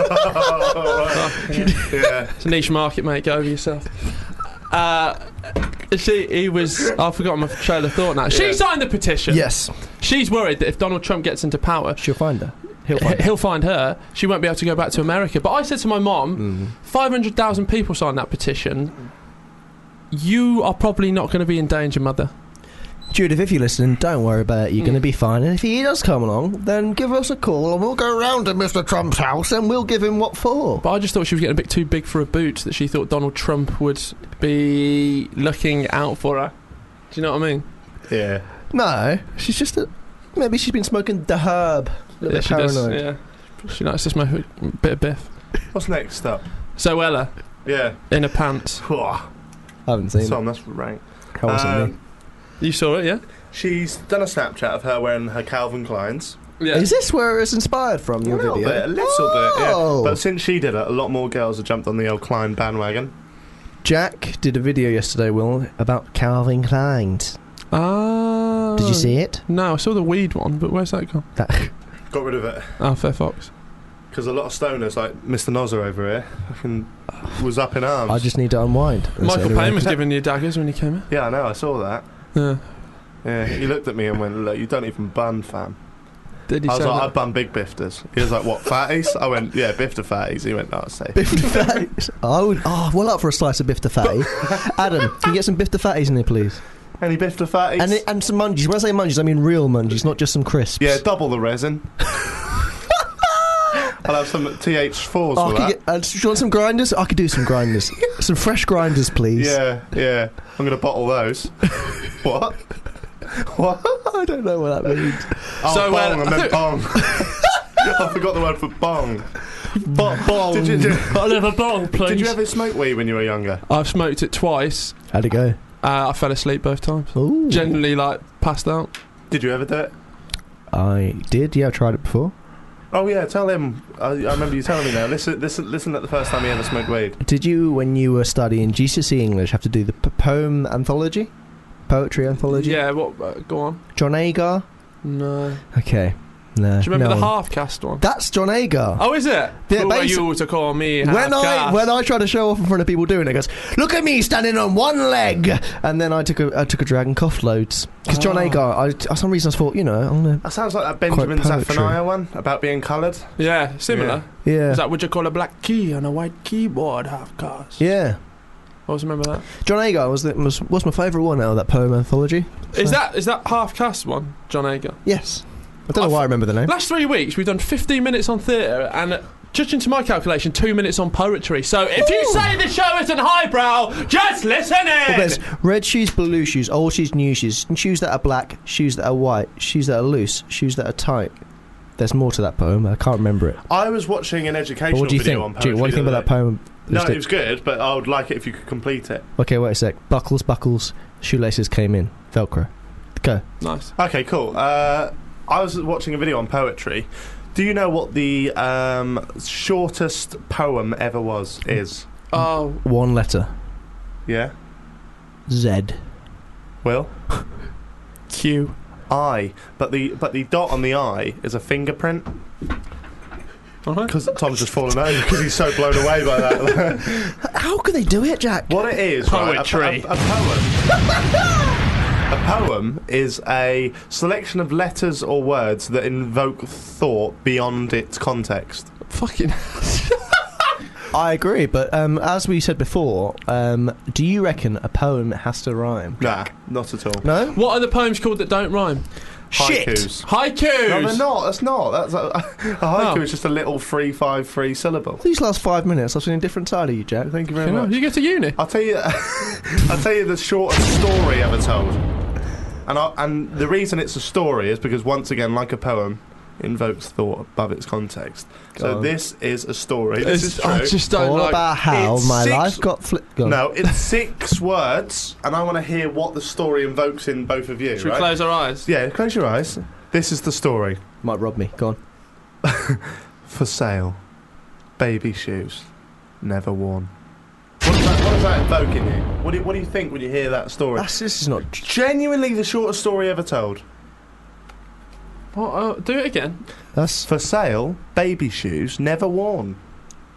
Speaker 6: Fucking hell.
Speaker 2: yeah.
Speaker 6: It's a niche market, mate. Go over yourself. Uh, she, he was. I've forgotten my trail of thought now. She
Speaker 2: Yeah.
Speaker 6: signed the petition.
Speaker 3: Yes.
Speaker 6: She's worried that if Donald Trump gets into power,
Speaker 3: She'll find her. He'll
Speaker 6: h-
Speaker 3: find her.
Speaker 6: he'll find her. She won't be able to go back to America. But I said to my mom,
Speaker 3: Mhm.
Speaker 6: 500,000 people signed that petition. You are probably not going to be in danger, mother.
Speaker 3: Judith, if you're listening, don't worry about it. You're
Speaker 6: Mm.
Speaker 3: going to be fine. And if he does come along, then give us a call and we'll go round to Mr. Trump's house and we'll give him what for.
Speaker 6: But I just thought she was getting a bit too big for a boot that she thought Donald Trump would be looking out for her. Do you know what I mean?
Speaker 2: Yeah.
Speaker 3: No, she's just a. Maybe she's been smoking the herb. A little bit
Speaker 6: she does,
Speaker 3: paranoid.
Speaker 6: yeah. She likes to smoke a bit of biff.
Speaker 2: What's next up?
Speaker 6: So Ella
Speaker 2: Yeah.
Speaker 6: in her pants.
Speaker 2: Pwah.
Speaker 3: I haven't seen
Speaker 2: Tom, that's rank.
Speaker 3: it. How was it, me?
Speaker 2: Um,
Speaker 6: You saw it, yeah?
Speaker 2: she's done a Snapchat of her wearing her Calvin Kleins.
Speaker 6: Yeah.
Speaker 3: Is this where it's inspired from your
Speaker 2: a little
Speaker 3: video?
Speaker 2: bit, a little bit.
Speaker 3: Oh.
Speaker 2: Yeah. But since she did it, a lot more girls have jumped on the old Klein bandwagon.
Speaker 3: Jack did a video yesterday, Will, about Calvin Klein's.
Speaker 6: Ah.
Speaker 2: Oh.
Speaker 3: Did you see it?
Speaker 6: No, I saw the weed one, but where's that gone?
Speaker 3: That,
Speaker 2: Got rid of it
Speaker 6: Ah, Fair Fox.
Speaker 2: because a lot of stoners like Mr. Nozzer over here fucking was up in arms.
Speaker 3: I just need to unwind. That's the
Speaker 6: Michael
Speaker 3: only way I
Speaker 6: Payne was
Speaker 3: can-
Speaker 6: giving you daggers when he came in.
Speaker 2: yeah, I know. I saw that.
Speaker 6: Yeah.
Speaker 2: Yeah, he looked at me and went, "Look, you don't even bun, fam."
Speaker 6: Did he
Speaker 2: I
Speaker 6: say
Speaker 2: was like, "I
Speaker 6: that?
Speaker 2: bun big bifters." He was like, "What fatties?" I went, "Yeah, bifter fatties." He went, "Oh, "No, I say."
Speaker 3: Biff to fatties. I would. Oh, well, up for a slice of biff to fatty. Adam, can you get some biff to fatties in here, please?
Speaker 2: Any bifter fatties?
Speaker 3: And and some mungies. When I say mungies, I mean real mungies, not just some crisps.
Speaker 2: yeah, double the resin. I'll have some TH4s
Speaker 3: Oh,
Speaker 2: for
Speaker 3: I
Speaker 2: that.
Speaker 3: could get, uh, do you want some grinders? I could do some grinders. some fresh grinders, please.
Speaker 2: Yeah, yeah. I'm gonna bottle those. what? What?
Speaker 3: I don't know what that means.
Speaker 2: Oh,
Speaker 6: So,
Speaker 2: bong.
Speaker 6: uh, I
Speaker 2: I meant
Speaker 6: think-
Speaker 2: bong. I forgot the word for bong.
Speaker 6: bong.
Speaker 2: Did you, did,
Speaker 6: I'll have a bong, please.
Speaker 2: did you ever smoke weed when you were younger?
Speaker 6: I've smoked it twice.
Speaker 3: How'd it go?
Speaker 6: Uh, I fell asleep both times.
Speaker 3: Ooh.
Speaker 6: Generally, like, passed out.
Speaker 2: Did you ever do it?
Speaker 3: I did. Yeah, I tried it before.
Speaker 2: Oh yeah, tell him. I, I remember you telling me now. Listen, listen, listen. At the first time you ever smoked weed.
Speaker 3: Did you, when you were studying GCSE E English, have to do the p- poem anthology, poetry anthology?
Speaker 6: Yeah, what? Uh, go on.
Speaker 3: John Agar.
Speaker 6: No.
Speaker 3: Okay. No.
Speaker 6: Do you remember
Speaker 3: no
Speaker 6: the
Speaker 3: one.
Speaker 6: half cast one?
Speaker 3: That's John Agar.
Speaker 6: Oh, is it?
Speaker 3: Yeah,
Speaker 6: Who are
Speaker 3: basi-
Speaker 6: you to call me
Speaker 3: when I
Speaker 6: half-caste?
Speaker 3: when I try to show off in front of people doing it, it goes, look at me standing on one leg, and then I took a I took a drag and coughed loads because John
Speaker 2: Oh.
Speaker 6: Ah.
Speaker 3: Agar. I for some reason I thought you know I'm gonna
Speaker 2: That sounds like that Benjamin
Speaker 3: poetry.
Speaker 2: Zephaniah one about being coloured.
Speaker 6: Yeah, similar.
Speaker 3: yeah
Speaker 6: Is that would you call a black key on a white keyboard half cast?
Speaker 3: yeah.
Speaker 6: I always remember that.
Speaker 3: John Agar was the, was, was my favourite one out of that poem anthology.
Speaker 6: Is
Speaker 3: So-
Speaker 6: that is that half cast one, John Agar?
Speaker 3: Yes, I don't know why I remember the name.
Speaker 6: Last three weeks we've done 15 minutes on theatre and. uh, Judging to my calculation, two minutes on poetry. So if you say the show isn't highbrow, just listen in.
Speaker 3: Well, there's red shoes, blue shoes, old shoes, new shoes, and shoes that are black, shoes that are white, shoes that are loose, shoes that are tight. There's more to that poem. I can't remember it.
Speaker 2: I was watching an
Speaker 3: But
Speaker 2: educational
Speaker 3: what do you
Speaker 2: video on
Speaker 3: think?
Speaker 2: poetry.
Speaker 3: Jude, what do you think
Speaker 2: the
Speaker 3: about
Speaker 2: other
Speaker 3: that poem?
Speaker 2: day. No,
Speaker 3: Just it-
Speaker 2: it was good, but I would like it if you could complete it.
Speaker 3: Okay, wait a sec. Buckles, buckles, shoelaces came in. Velcro. Go.
Speaker 6: nice.
Speaker 2: Okay, cool. Uh, I was watching a video on poetry. Do you know what the um, shortest poem ever was? Is
Speaker 6: Oh,
Speaker 3: One letter.
Speaker 2: yeah.
Speaker 3: Z.
Speaker 2: Will
Speaker 4: Q.
Speaker 2: I, but the but the dot on the I is a fingerprint. Because Tom's just fallen over because he's so blown away by that.
Speaker 3: How could they do it, Jack?
Speaker 2: what it is, right,
Speaker 4: Poetry.
Speaker 2: a, a, a poem. a poem is a selection of letters or words that invoke thought beyond its context.
Speaker 4: Fucking.
Speaker 3: I agree, but um, as we said before, um, do you reckon a poem has to rhyme?
Speaker 2: Nah, not at all.
Speaker 3: No?
Speaker 6: What are the poems called that don't rhyme?
Speaker 2: Haikus.
Speaker 6: Haikus.
Speaker 2: No, they're not. That's not. That's a, a haiku
Speaker 6: Oh.
Speaker 2: is just a little three five three syllable.
Speaker 3: These last five minutes, I've seen a different side of you, Jack.
Speaker 2: Thank you very
Speaker 6: You know,
Speaker 2: much.
Speaker 6: you go to uni.
Speaker 2: I'll tell you. I'll tell you the shortest story ever told. And I, and the reason it's a story is because once again, like a poem, invokes thought above its context. so
Speaker 3: on.
Speaker 2: this is a story. This is true.
Speaker 6: I just don't
Speaker 3: All
Speaker 6: like.
Speaker 3: about how
Speaker 2: it's
Speaker 3: my
Speaker 2: six-
Speaker 3: life got flipped.
Speaker 2: no, it's six words, and I want to hear what the story invokes in both of you.
Speaker 6: Should we
Speaker 2: right?
Speaker 6: close our eyes?
Speaker 2: Yeah, close your eyes. This is the story.
Speaker 3: Might rob me. Go on.
Speaker 2: For sale, baby shoes, never worn. What does that, what does that evoke in you? What do you, what do you think when you hear that story?
Speaker 3: That's, this is not.
Speaker 2: Genuinely, the shortest story ever told.
Speaker 6: What, uh, do it again.
Speaker 3: That's
Speaker 2: For sale, baby shoes never worn.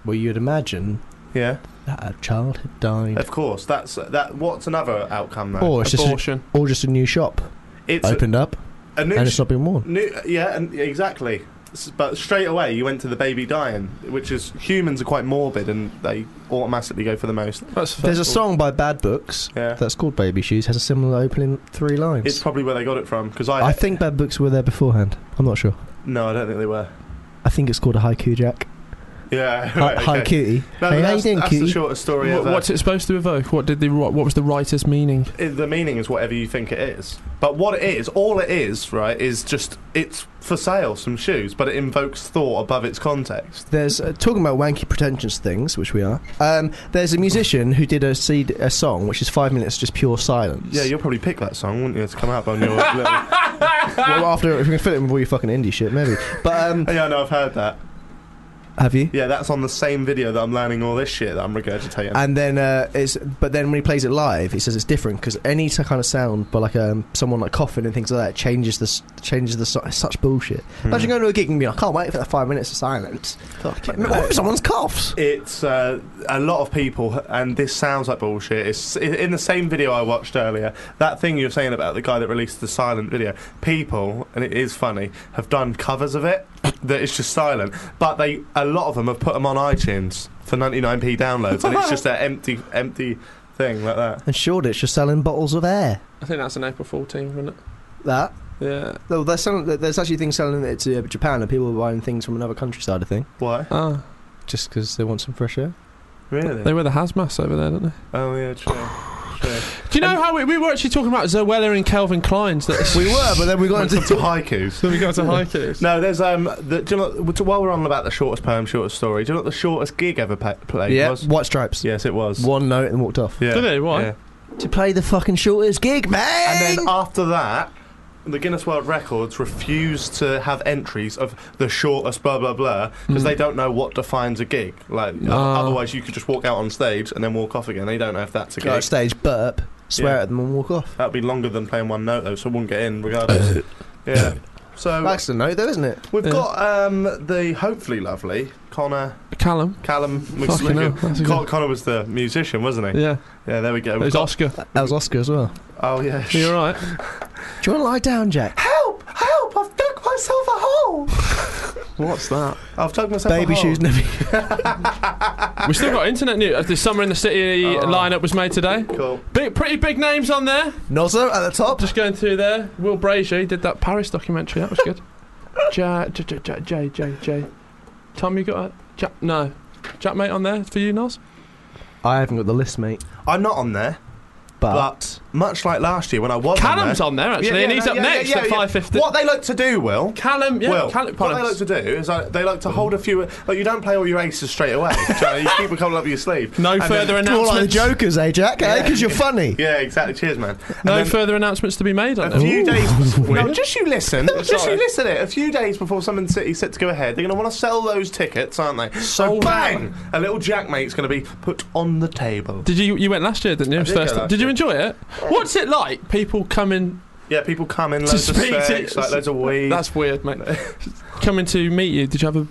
Speaker 3: well, you'd imagine
Speaker 2: Yeah,
Speaker 3: that a child had died,
Speaker 2: of course. That's that. What's another outcome though?
Speaker 3: Mm. or it's just a,
Speaker 6: Abortion.
Speaker 3: or just a new shop
Speaker 2: it's a,
Speaker 3: opened up
Speaker 2: a new,
Speaker 3: and it's not been worn.
Speaker 2: new. Yeah, and exactly. S- But straight away, you went to the baby dying, which is humans are quite morbid and they automatically go for the most.
Speaker 6: That's fair.
Speaker 3: There's a song by Bad Books
Speaker 2: Yeah,
Speaker 3: that's called Baby Shoes. Has a similar opening three lines.
Speaker 2: it's probably where they got it from. Because I,
Speaker 3: I think Bad Books were there beforehand. I'm not sure.
Speaker 2: no, I don't think they were.
Speaker 3: I think it's called a haiku, Jack.
Speaker 2: Yeah,
Speaker 3: Hi,
Speaker 2: right,
Speaker 3: hi
Speaker 2: okay.
Speaker 3: cutie.
Speaker 2: No, but
Speaker 3: hey, how you
Speaker 2: that's,
Speaker 3: doing,
Speaker 2: that's
Speaker 3: cutie?
Speaker 2: the shortest story
Speaker 6: Wha-
Speaker 2: ever.
Speaker 3: uh,
Speaker 6: what's it supposed to evoke? What did the ri- what was the writer's meaning?
Speaker 2: I- the meaning is whatever you think it is. But what it is, all it is, right, is just it's for sale some shoes, but it invokes thought above its context.
Speaker 3: There's uh, talking about wanky pretentious things, which we are. Um, there's a musician who did a CD, a song which is five minutes just pure silence.
Speaker 2: Yeah, you'll probably pick that song, wouldn't you, to come up on your little. Oh,
Speaker 3: well, after if we can fill it in with all your fucking indie shit, maybe. But um,
Speaker 2: yeah, no, I've heard that.
Speaker 3: have you?
Speaker 2: Yeah, that's on the same video that I'm learning all this shit that I'm regurgitating.
Speaker 3: And then uh, it's but then when he plays it live, he says it's different because any t- kind of sound, but like um, someone like coughing and things like that, changes the s- changes the song. It's such bullshit. Imagine going to a gig and being like, I can't wait for that five minutes of silence. What if someone's coughs?
Speaker 2: it's uh, a lot of people, and this sounds like bullshit. It's i- in the same video I watched earlier. That thing you were saying about the guy that released the silent video. People, and it is funny, have done covers of it that is just silent. But they, a lot of them, have put them on iTunes for 99p downloads, and it's just an empty, empty thing like that.
Speaker 3: And Shoreditch just selling bottles of air.
Speaker 6: I think that's an April 14th, isn't it?
Speaker 3: That
Speaker 6: Yeah.
Speaker 3: though, there's some, there's actually things selling it to uh, Japan and people are buying things from another countryside. I think
Speaker 2: Why?
Speaker 6: Ah,
Speaker 3: just because they want some fresh air.
Speaker 2: Really?
Speaker 6: they were the hazmats over there, didn't they?
Speaker 2: Oh yeah, true. true.
Speaker 6: Do you know how we, we were actually talking about Zoella and Kelvin Klein's? That
Speaker 3: We were, but then we got
Speaker 2: Went
Speaker 3: into
Speaker 2: on to haikus.
Speaker 6: so we got to haikus.
Speaker 2: No, there's um. The, do you know what- while we're on about the shortest poem, shortest story? Do you know what the shortest gig ever pa- played
Speaker 3: Uh, yeah,
Speaker 2: was?
Speaker 3: white stripes.
Speaker 2: Yes, it was.
Speaker 3: One note and walked off.
Speaker 2: Yeah.
Speaker 6: Did it? Why?
Speaker 2: Yeah.
Speaker 3: To play the fucking shortest gig, man.
Speaker 2: And then after that, the Guinness World Records refused to have entries of the shortest blah blah blah because they don't know what defines a gig. Like o-
Speaker 6: Hmm. Ah.
Speaker 2: otherwise, you could just walk out on stage and then walk off again. They don't know if that's a
Speaker 3: go on
Speaker 2: gig.
Speaker 3: stage, burp, swear
Speaker 2: Yeah.
Speaker 3: at them, and walk off.
Speaker 2: That'd be longer than playing one note though, so it wouldn't get in regardless. yeah. So
Speaker 3: That's the note, though, isn't it?
Speaker 2: we've
Speaker 6: Uh, Yeah.
Speaker 2: got um, the hopefully lovely Connor
Speaker 6: Callum.
Speaker 2: Callum
Speaker 6: Fucking hell,
Speaker 2: McSligan.
Speaker 6: that's a
Speaker 2: Con- Connor was the musician, wasn't he?
Speaker 6: Yeah.
Speaker 2: Yeah, there we go.
Speaker 6: It
Speaker 2: We've
Speaker 6: was
Speaker 2: got-
Speaker 6: Oscar.
Speaker 3: That was Oscar as well.
Speaker 2: oh yeah.
Speaker 6: Are you alright?
Speaker 3: Do you want to lie down, Jack?
Speaker 2: Help! Help! I've dug myself a hole.
Speaker 6: What's that?
Speaker 2: I've dug myself
Speaker 3: Baby
Speaker 2: a hole.
Speaker 3: shoes never.
Speaker 6: We've still got internet news. The Summer in the City
Speaker 2: Oh.
Speaker 6: lineup was made today.
Speaker 2: Cool.
Speaker 6: Big, pretty big names on there.
Speaker 3: Nozzo at the top.
Speaker 6: Just going through there. Will Brazier he did that Paris documentary. That was good. J J J J J J J. Tom, you got a Jack? No. Jack mate on there for you, Nos.
Speaker 3: I haven't got the list, mate.
Speaker 2: I'm not on there,
Speaker 3: But,
Speaker 2: but much like last year when I was.
Speaker 4: Callum's
Speaker 2: on
Speaker 4: on there, actually, and he's
Speaker 2: no,
Speaker 4: up next at 5:50.
Speaker 2: What they like to do, Will.
Speaker 4: Callum, yeah,
Speaker 2: Will,
Speaker 4: Callum
Speaker 2: what they
Speaker 4: Collins.
Speaker 2: like to do is like, they like to hold a few. Like you don't play all your aces straight away. Do you, know, you keep them coming up your sleeve.
Speaker 4: No
Speaker 2: And
Speaker 4: further
Speaker 2: then-
Speaker 3: More like the
Speaker 4: announcements.
Speaker 3: Jokers, eh, Jack? Because you're funny.
Speaker 2: Yeah, exactly. Cheers, man. And
Speaker 4: no
Speaker 2: then
Speaker 4: further announcements to be made on
Speaker 2: A
Speaker 4: it.
Speaker 2: few
Speaker 4: Ooh.
Speaker 2: days. no, just you listen. just
Speaker 4: sorry.
Speaker 2: you listen. It a few days before Summon City's set to go ahead, they're going to want to sell those tickets, aren't they? So
Speaker 4: Sold
Speaker 2: bang, a little jackmate's going to be put on the table.
Speaker 4: Did you you went last year, didn't you? It was
Speaker 2: did go
Speaker 4: first-
Speaker 2: last
Speaker 4: did you
Speaker 2: year.
Speaker 4: enjoy it? What's it like? People coming.
Speaker 2: Yeah, people come in loads of
Speaker 4: speak to-
Speaker 2: sex, like loads of weed.
Speaker 4: That's weird, mate. coming to meet you. Did you have a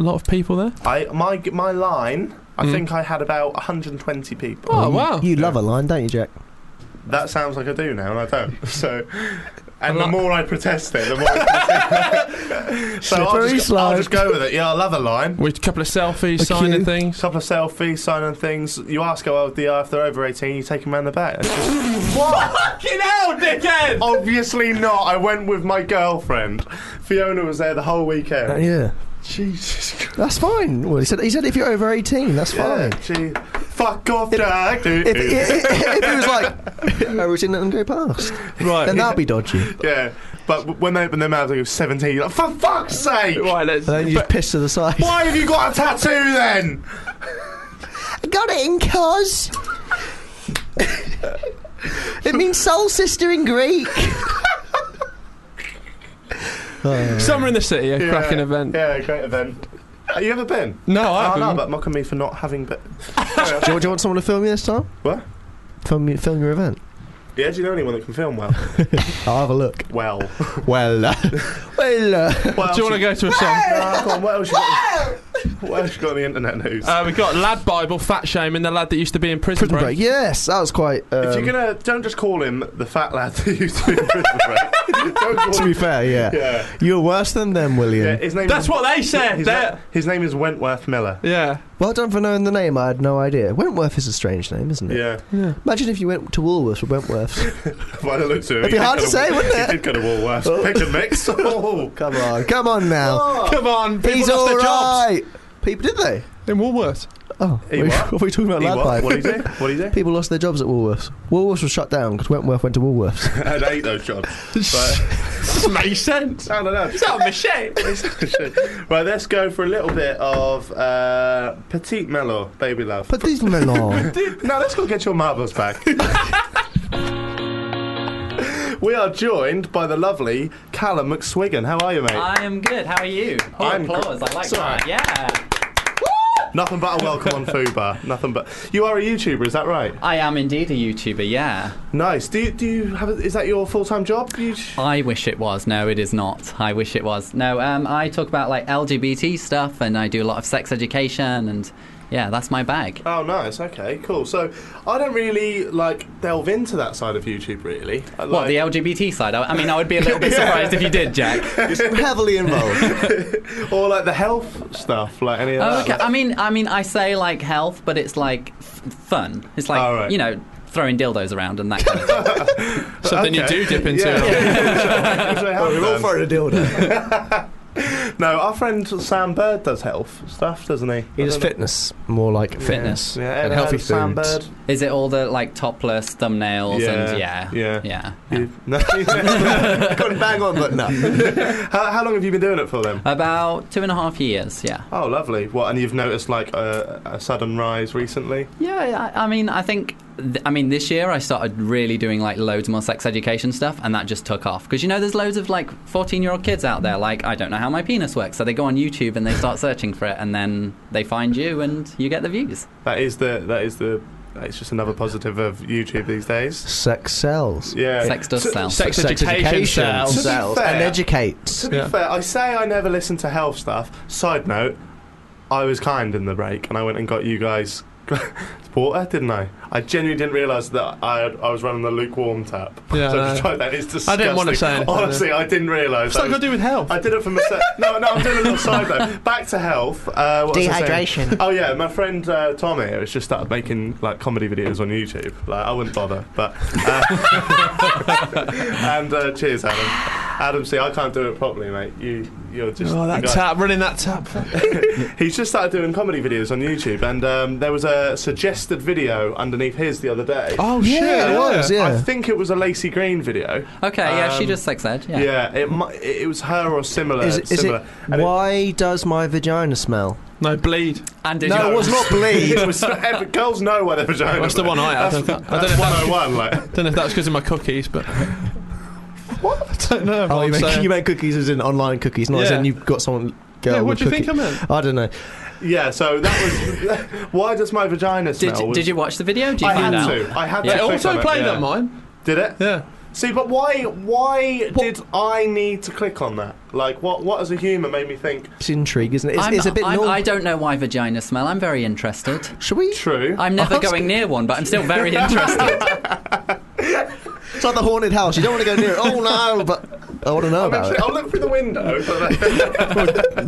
Speaker 4: lot of people there?
Speaker 2: I my my line. I think I had about 120 people.
Speaker 4: Hmm. Oh wow!
Speaker 3: You love a line, don't you, Jack?
Speaker 2: That sounds like I do now, and I don't. So,
Speaker 4: I'm
Speaker 2: and the
Speaker 4: not-
Speaker 2: more I protest it, the more. I protest it. so I'll
Speaker 3: Slippery
Speaker 2: just, I'll
Speaker 3: slope.
Speaker 2: just go with it. Yeah, I love a line.
Speaker 4: With a couple of selfies, signing
Speaker 3: queue.
Speaker 4: things.
Speaker 2: Couple of selfies, signing things. You ask how old they are. If they're over 18, you take them round the back. It's just-
Speaker 4: Fucking hell, dickhead!
Speaker 2: Obviously not. I went with my girlfriend. Fiona was there the whole weekend.
Speaker 3: Uh, yeah.
Speaker 2: Jesus Christ.
Speaker 3: That's fine. Well, he said, he said if you're over 18, that's
Speaker 2: Yeah,
Speaker 3: fine.
Speaker 2: she, fuck off, Jack. dude.
Speaker 3: If, if, if it was like, I was in it and go past,
Speaker 4: Right.
Speaker 3: then that'd be dodgy.
Speaker 2: yeah, but w- when they opened their mouths, they were 17. You're like, for fuck's sake!
Speaker 4: Right, let's.
Speaker 3: And then you just piss to the side.
Speaker 2: Why have you got a tattoo then?
Speaker 3: Got it in cos. it means soul sister in Greek.
Speaker 4: Summer in the City, a cracking event.
Speaker 2: Yeah, great event. Have you ever been?
Speaker 4: No, I
Speaker 2: Oh,
Speaker 4: haven't.
Speaker 2: no, but mocking me for not having been.
Speaker 3: Do you, do you want someone to film you this time?
Speaker 2: What?
Speaker 3: Film, you, film your event.
Speaker 2: Yeah, do you know anyone that can film well?
Speaker 3: I'll have a look.
Speaker 2: well.
Speaker 3: Well, uh, well, uh,
Speaker 2: What
Speaker 4: Do you want to go to a song?
Speaker 2: Nah, go on, what else you got? what else you got on the internet news?
Speaker 4: Uh, we've got Lad Bible, Fat Shaming, the lad that used to be in prison,
Speaker 3: prison
Speaker 4: break.
Speaker 3: break. Yes, that was quite. Um,
Speaker 2: if you're gonna, don't just call him the fat lad that used to be in prison break. Don't call
Speaker 3: to
Speaker 2: him.
Speaker 3: be fair, yeah.
Speaker 2: Yeah.
Speaker 3: you're worse than them, William.
Speaker 2: Yeah, his name
Speaker 4: That's
Speaker 2: is,
Speaker 4: what they said.
Speaker 2: His,
Speaker 4: They're-
Speaker 2: na- his name is Wentworth Miller.
Speaker 4: Yeah.
Speaker 3: Well done for knowing the name. I had no idea. Wentworth is a strange name, isn't it?
Speaker 2: Yeah,
Speaker 3: Imagine if you went to Woolworths with Wentworths.
Speaker 2: by the looks of it,
Speaker 3: It'd
Speaker 2: he
Speaker 3: be hard
Speaker 2: did
Speaker 3: to
Speaker 2: go
Speaker 3: say, wouldn't
Speaker 2: He
Speaker 3: it?
Speaker 2: did go to Woolworths, pick and mix. Oh.
Speaker 3: Come on, come on now.
Speaker 4: Come on, people
Speaker 3: He's
Speaker 4: lost
Speaker 3: all
Speaker 4: their jobs.
Speaker 3: right. People did they?
Speaker 4: In Woolworths.
Speaker 3: Oh,
Speaker 2: He
Speaker 3: we-
Speaker 2: what?
Speaker 3: what were we talking about?
Speaker 2: He
Speaker 3: Lad
Speaker 2: what?
Speaker 3: Bible?
Speaker 2: What did he do? What did he do?
Speaker 3: People lost their jobs at Woolworths. Woolworths was shut down because Wentworth went to Woolworths.
Speaker 2: I'd hate those jobs. But,
Speaker 4: This makes sense.
Speaker 2: I don't know.
Speaker 4: It's out of my shape.
Speaker 2: right, let's go for a little bit of uh, Petite Mellow, Baby Love.
Speaker 3: but these Milan.
Speaker 2: No, let's go get your marbles back. we are joined by the lovely Callum McSwiggan. How are you, mate?
Speaker 9: I am good. How are you? Oh,
Speaker 2: I'm
Speaker 9: applause. I like
Speaker 2: Sorry.
Speaker 9: that. Yeah.
Speaker 2: Nothing but a welcome on Fubar. Nothing but you are a YouTuber, is that right?
Speaker 9: I am indeed a YouTuber. Yeah.
Speaker 2: Nice. Do you, do you have? A, is that your full time job? You sh-
Speaker 9: I wish it was. No, it is not. I wish it was. No. Um, I talk about like LGBT stuff, and I do a lot of sex education, and yeah, that's my bag.
Speaker 2: oh, nice. Okay, cool. So I don't really like delve into that side of YouTube, really. I like-
Speaker 9: What the LGBT side? I, I mean, I would be a little bit surprised if you did, Jack.
Speaker 3: heavily involved.
Speaker 2: or like the health stuff, like any of
Speaker 9: Oh,
Speaker 2: that.
Speaker 9: okay.
Speaker 2: like-
Speaker 9: I mean, I mean, I say like health, but it's like f- fun. It's like
Speaker 2: Oh, right.
Speaker 9: you know, throwing dildos around and that kind of thing.
Speaker 4: Something you
Speaker 2: Okay.
Speaker 4: do dip into.
Speaker 2: Yeah. Which I have
Speaker 3: We're all
Speaker 2: done.
Speaker 3: throwing a dildo.
Speaker 2: No, our friend Sam Bird does health stuff, doesn't he?
Speaker 3: He
Speaker 2: I
Speaker 3: does
Speaker 2: don't know.
Speaker 3: fitness, more like fitness
Speaker 2: Yeah,
Speaker 3: and
Speaker 2: ever heard
Speaker 3: healthy
Speaker 2: of Sam
Speaker 3: foods.
Speaker 2: Bird?
Speaker 9: Is it all the like topless thumbnails and
Speaker 2: Yeah,
Speaker 9: yeah,
Speaker 2: yeah.
Speaker 9: yeah.
Speaker 2: You- No, couldn't bang on, but no. how, how long have you been doing it for then?
Speaker 9: About two and a half years, yeah.
Speaker 2: Oh, lovely. What? And you've noticed like a, a sudden rise recently?
Speaker 9: Yeah, I, I mean, I think, th- I mean, this year I started really doing like loads more sex education stuff, and that just took off. Because you know, there's loads of like 14 year old kids out there, like, I don't know how my penis works. So they go on YouTube and they start searching for it, and then they find you and you get the views.
Speaker 2: That is the. That is the. It's just another positive of YouTube these days.
Speaker 3: Sex sells.
Speaker 2: Yeah.
Speaker 9: Sex does
Speaker 2: So-
Speaker 9: sell.
Speaker 4: Sex, education.
Speaker 3: sells.
Speaker 4: sells.
Speaker 3: sells.
Speaker 2: fair-
Speaker 3: And educates.
Speaker 2: To be
Speaker 4: Yeah.
Speaker 2: fair, I say I never listen to health stuff. Side note, I was kind in the break and I went and got you guys water, didn't I? I genuinely didn't realise that I, had, I was running the lukewarm tap.
Speaker 4: Yeah,
Speaker 2: so I
Speaker 4: no.
Speaker 2: just tried that. It's disgusting.
Speaker 4: I didn't wanna say anything,
Speaker 2: Honestly, I didn't realise.
Speaker 4: What's that got to do with health?
Speaker 2: I did it for myself. no, no, I'm doing a little side though. Back to health. Uh, what was I saying?
Speaker 3: Dehydration.
Speaker 2: Oh yeah, my friend uh, Tom here has just started making like comedy videos on YouTube. Like I wouldn't bother, but. Uh, and uh, cheers, Adam. Adam, see, I can't do it properly, mate. You, you're just.
Speaker 4: Oh,
Speaker 2: you
Speaker 4: that
Speaker 2: got-
Speaker 4: tap, running that tap.
Speaker 2: He's just started doing comedy videos on YouTube, and um, there was a, a suggested video underneath his the other day. Uh,
Speaker 4: Oh shit!
Speaker 3: Yeah, it was. Yeah.
Speaker 2: I think it was a Lacey Green video.
Speaker 9: Okay, yeah, she
Speaker 2: Um,
Speaker 9: just sex ed. Yeah.
Speaker 2: Yeah, it mi- it was her or similar.
Speaker 3: Is, it- is
Speaker 2: similar.
Speaker 3: it?
Speaker 2: And
Speaker 3: Why does my vagina smell?
Speaker 6: No, bleed.
Speaker 9: And did
Speaker 2: No,
Speaker 9: you
Speaker 2: it was not bleed. it was uh, every, girls know where their vagina.
Speaker 6: That's the one I had. I
Speaker 2: That's,
Speaker 6: don't, I don't know
Speaker 2: that's
Speaker 6: if that's-
Speaker 2: 101. Like,
Speaker 6: don't know if that's because of my cookies, but what? I don't know.
Speaker 3: Oh, you
Speaker 6: what I'm
Speaker 3: meant,
Speaker 6: saying.
Speaker 3: you meant cookies as in online cookies, not as
Speaker 6: Yeah.
Speaker 3: in you've got someone. Girl
Speaker 6: yeah,
Speaker 3: with
Speaker 6: what do you
Speaker 3: cookie-
Speaker 6: think I meant?
Speaker 3: I don't know.
Speaker 2: yeah. So that was. why does my vagina smell?
Speaker 9: did, you-
Speaker 2: was-
Speaker 9: did you watch the video? Did you
Speaker 2: I had
Speaker 9: find out?
Speaker 2: to. I had
Speaker 9: Yeah.
Speaker 2: to.
Speaker 6: It
Speaker 2: click
Speaker 6: also
Speaker 2: on
Speaker 6: played
Speaker 2: yeah.
Speaker 6: on mine.
Speaker 2: Did it?
Speaker 6: Yeah.
Speaker 2: See, but why? Why did I need to click on that? Like, what? What as a human made me think?
Speaker 3: It's intrigue, isn't it? It's,
Speaker 9: I'm,
Speaker 3: it's a bit.
Speaker 9: I'm,
Speaker 3: normal.
Speaker 9: I don't know why vaginas smell. I'm very interested.
Speaker 3: Should we?
Speaker 2: True.
Speaker 9: I'm never going near one, but I'm still very interested.
Speaker 3: It's like the haunted house. You don't want to go near it. Oh no! But I want to know about
Speaker 2: Actually,
Speaker 3: it.
Speaker 2: I'll look through the window.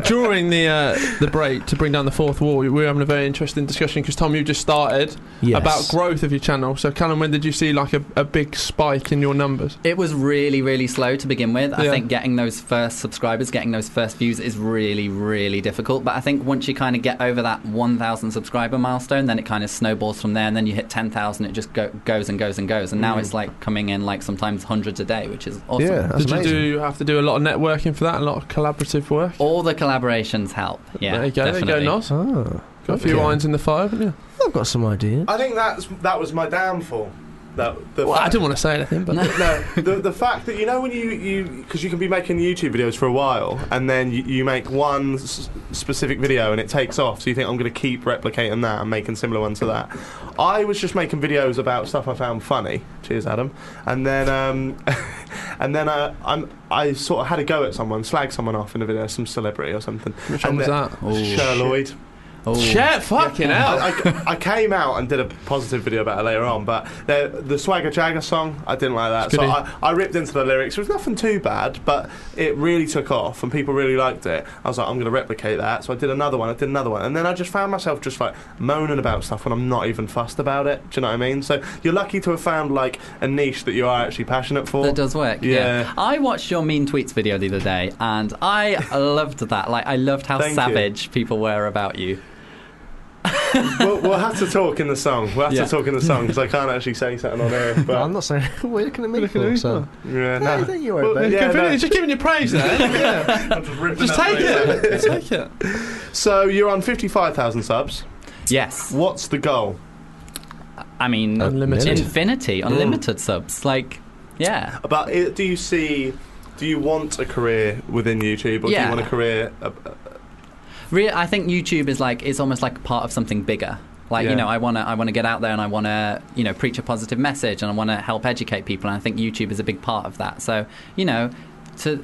Speaker 6: During the uh, the break to bring down the fourth wall, we were having a very interesting discussion because Tom, you just started
Speaker 3: Yes.
Speaker 6: about growth of your channel. So, Callum, when did you see like a, a big spike in your numbers?
Speaker 9: It was really, really slow to begin with. I
Speaker 6: Yeah.
Speaker 9: think getting those first subscribers, getting those first views is really, really difficult. But I think once you kind of get over that 1,000 subscriber milestone, then it kind of snowballs from there. And then you hit 10,000, it just go, goes and goes and goes. And now
Speaker 6: Mm.
Speaker 9: it's like coming in like sometimes hundreds a day, which is awesome.
Speaker 3: Yeah, that's
Speaker 6: did
Speaker 3: amazing.
Speaker 6: you do have to do a lot of networking for that? A lot of collaborative work.
Speaker 9: All the collaborations help. Yeah,
Speaker 6: there you go.
Speaker 9: Definitely.
Speaker 6: There you go. Nos.
Speaker 3: Oh,
Speaker 6: Got a few
Speaker 3: Okay.
Speaker 6: irons in the fire, haven't you?
Speaker 3: I've got some idea.
Speaker 2: I think that's that was my downfall. That the
Speaker 6: Well, I
Speaker 2: fact-
Speaker 6: didn't want to say anything, but
Speaker 2: no, the, the fact that you know when you you because you can be making YouTube videos for a while and then you, you make one s- specific video and it takes off, so you think I'm going to keep replicating that and making similar ones to that. I was just making videos about stuff I found funny. Cheers, Adam. And then um, and then uh, I'm I sort of had a go at someone, slag someone off in a video, some celebrity or something.
Speaker 6: which
Speaker 2: and
Speaker 6: one
Speaker 2: then-
Speaker 6: was that?
Speaker 2: Cher Lloyd.
Speaker 9: Oh.
Speaker 6: Shit, fucking hell.
Speaker 2: I, I, I came out and did a positive video about it later on, but the, the Swagger Jagger song, I didn't like that.
Speaker 6: It's
Speaker 2: So
Speaker 6: good, eh?
Speaker 2: I, I ripped into the lyrics. It was nothing too bad, but it really took off and people really liked it. I was like, I'm going to replicate that. So I did another one, I did another one. And then I just found myself just like moaning about stuff when I'm not even fussed about it. Do you know what I mean? So you're lucky to have found like a niche that you are actually passionate for.
Speaker 9: That does work. Yeah.
Speaker 2: Yeah.
Speaker 9: I watched your mean tweets video the other day, and I loved that. Like, I loved how
Speaker 2: Thank you.
Speaker 9: savage people were about you.
Speaker 2: we'll, we'll have to talk in the song. We'll have
Speaker 9: Yeah.
Speaker 2: to talk in the song because I can't actually say something on air.
Speaker 3: But I'm
Speaker 2: But
Speaker 3: not saying. What are you looking at me
Speaker 6: Look at
Speaker 3: for?
Speaker 6: me,
Speaker 3: So.
Speaker 2: yeah,
Speaker 3: No,
Speaker 2: no.
Speaker 3: don't you
Speaker 2: Well,
Speaker 3: worry, babe.
Speaker 2: yeah,
Speaker 6: Good video,
Speaker 2: no.
Speaker 6: Just giving you praise there.
Speaker 2: I'm just ripping
Speaker 6: Just
Speaker 2: up
Speaker 6: take
Speaker 2: the-
Speaker 6: it. take it.
Speaker 2: So you're on 55,000 subs.
Speaker 9: Yes.
Speaker 2: What's the goal?
Speaker 9: I mean,
Speaker 6: Unlimited.
Speaker 9: infinity, unlimited subs. Like, yeah.
Speaker 2: About i- do you see? Do you want a career within YouTube, or do
Speaker 9: Yeah.
Speaker 2: you want a career? uh, uh,
Speaker 9: Re- I think YouTube is like it's almost like part of something bigger. Like
Speaker 2: Yeah.
Speaker 9: you know, I wanna I wanna get out there and I wanna you know preach a positive message and I wanna help educate people and I think YouTube is a big part of that. So you know, to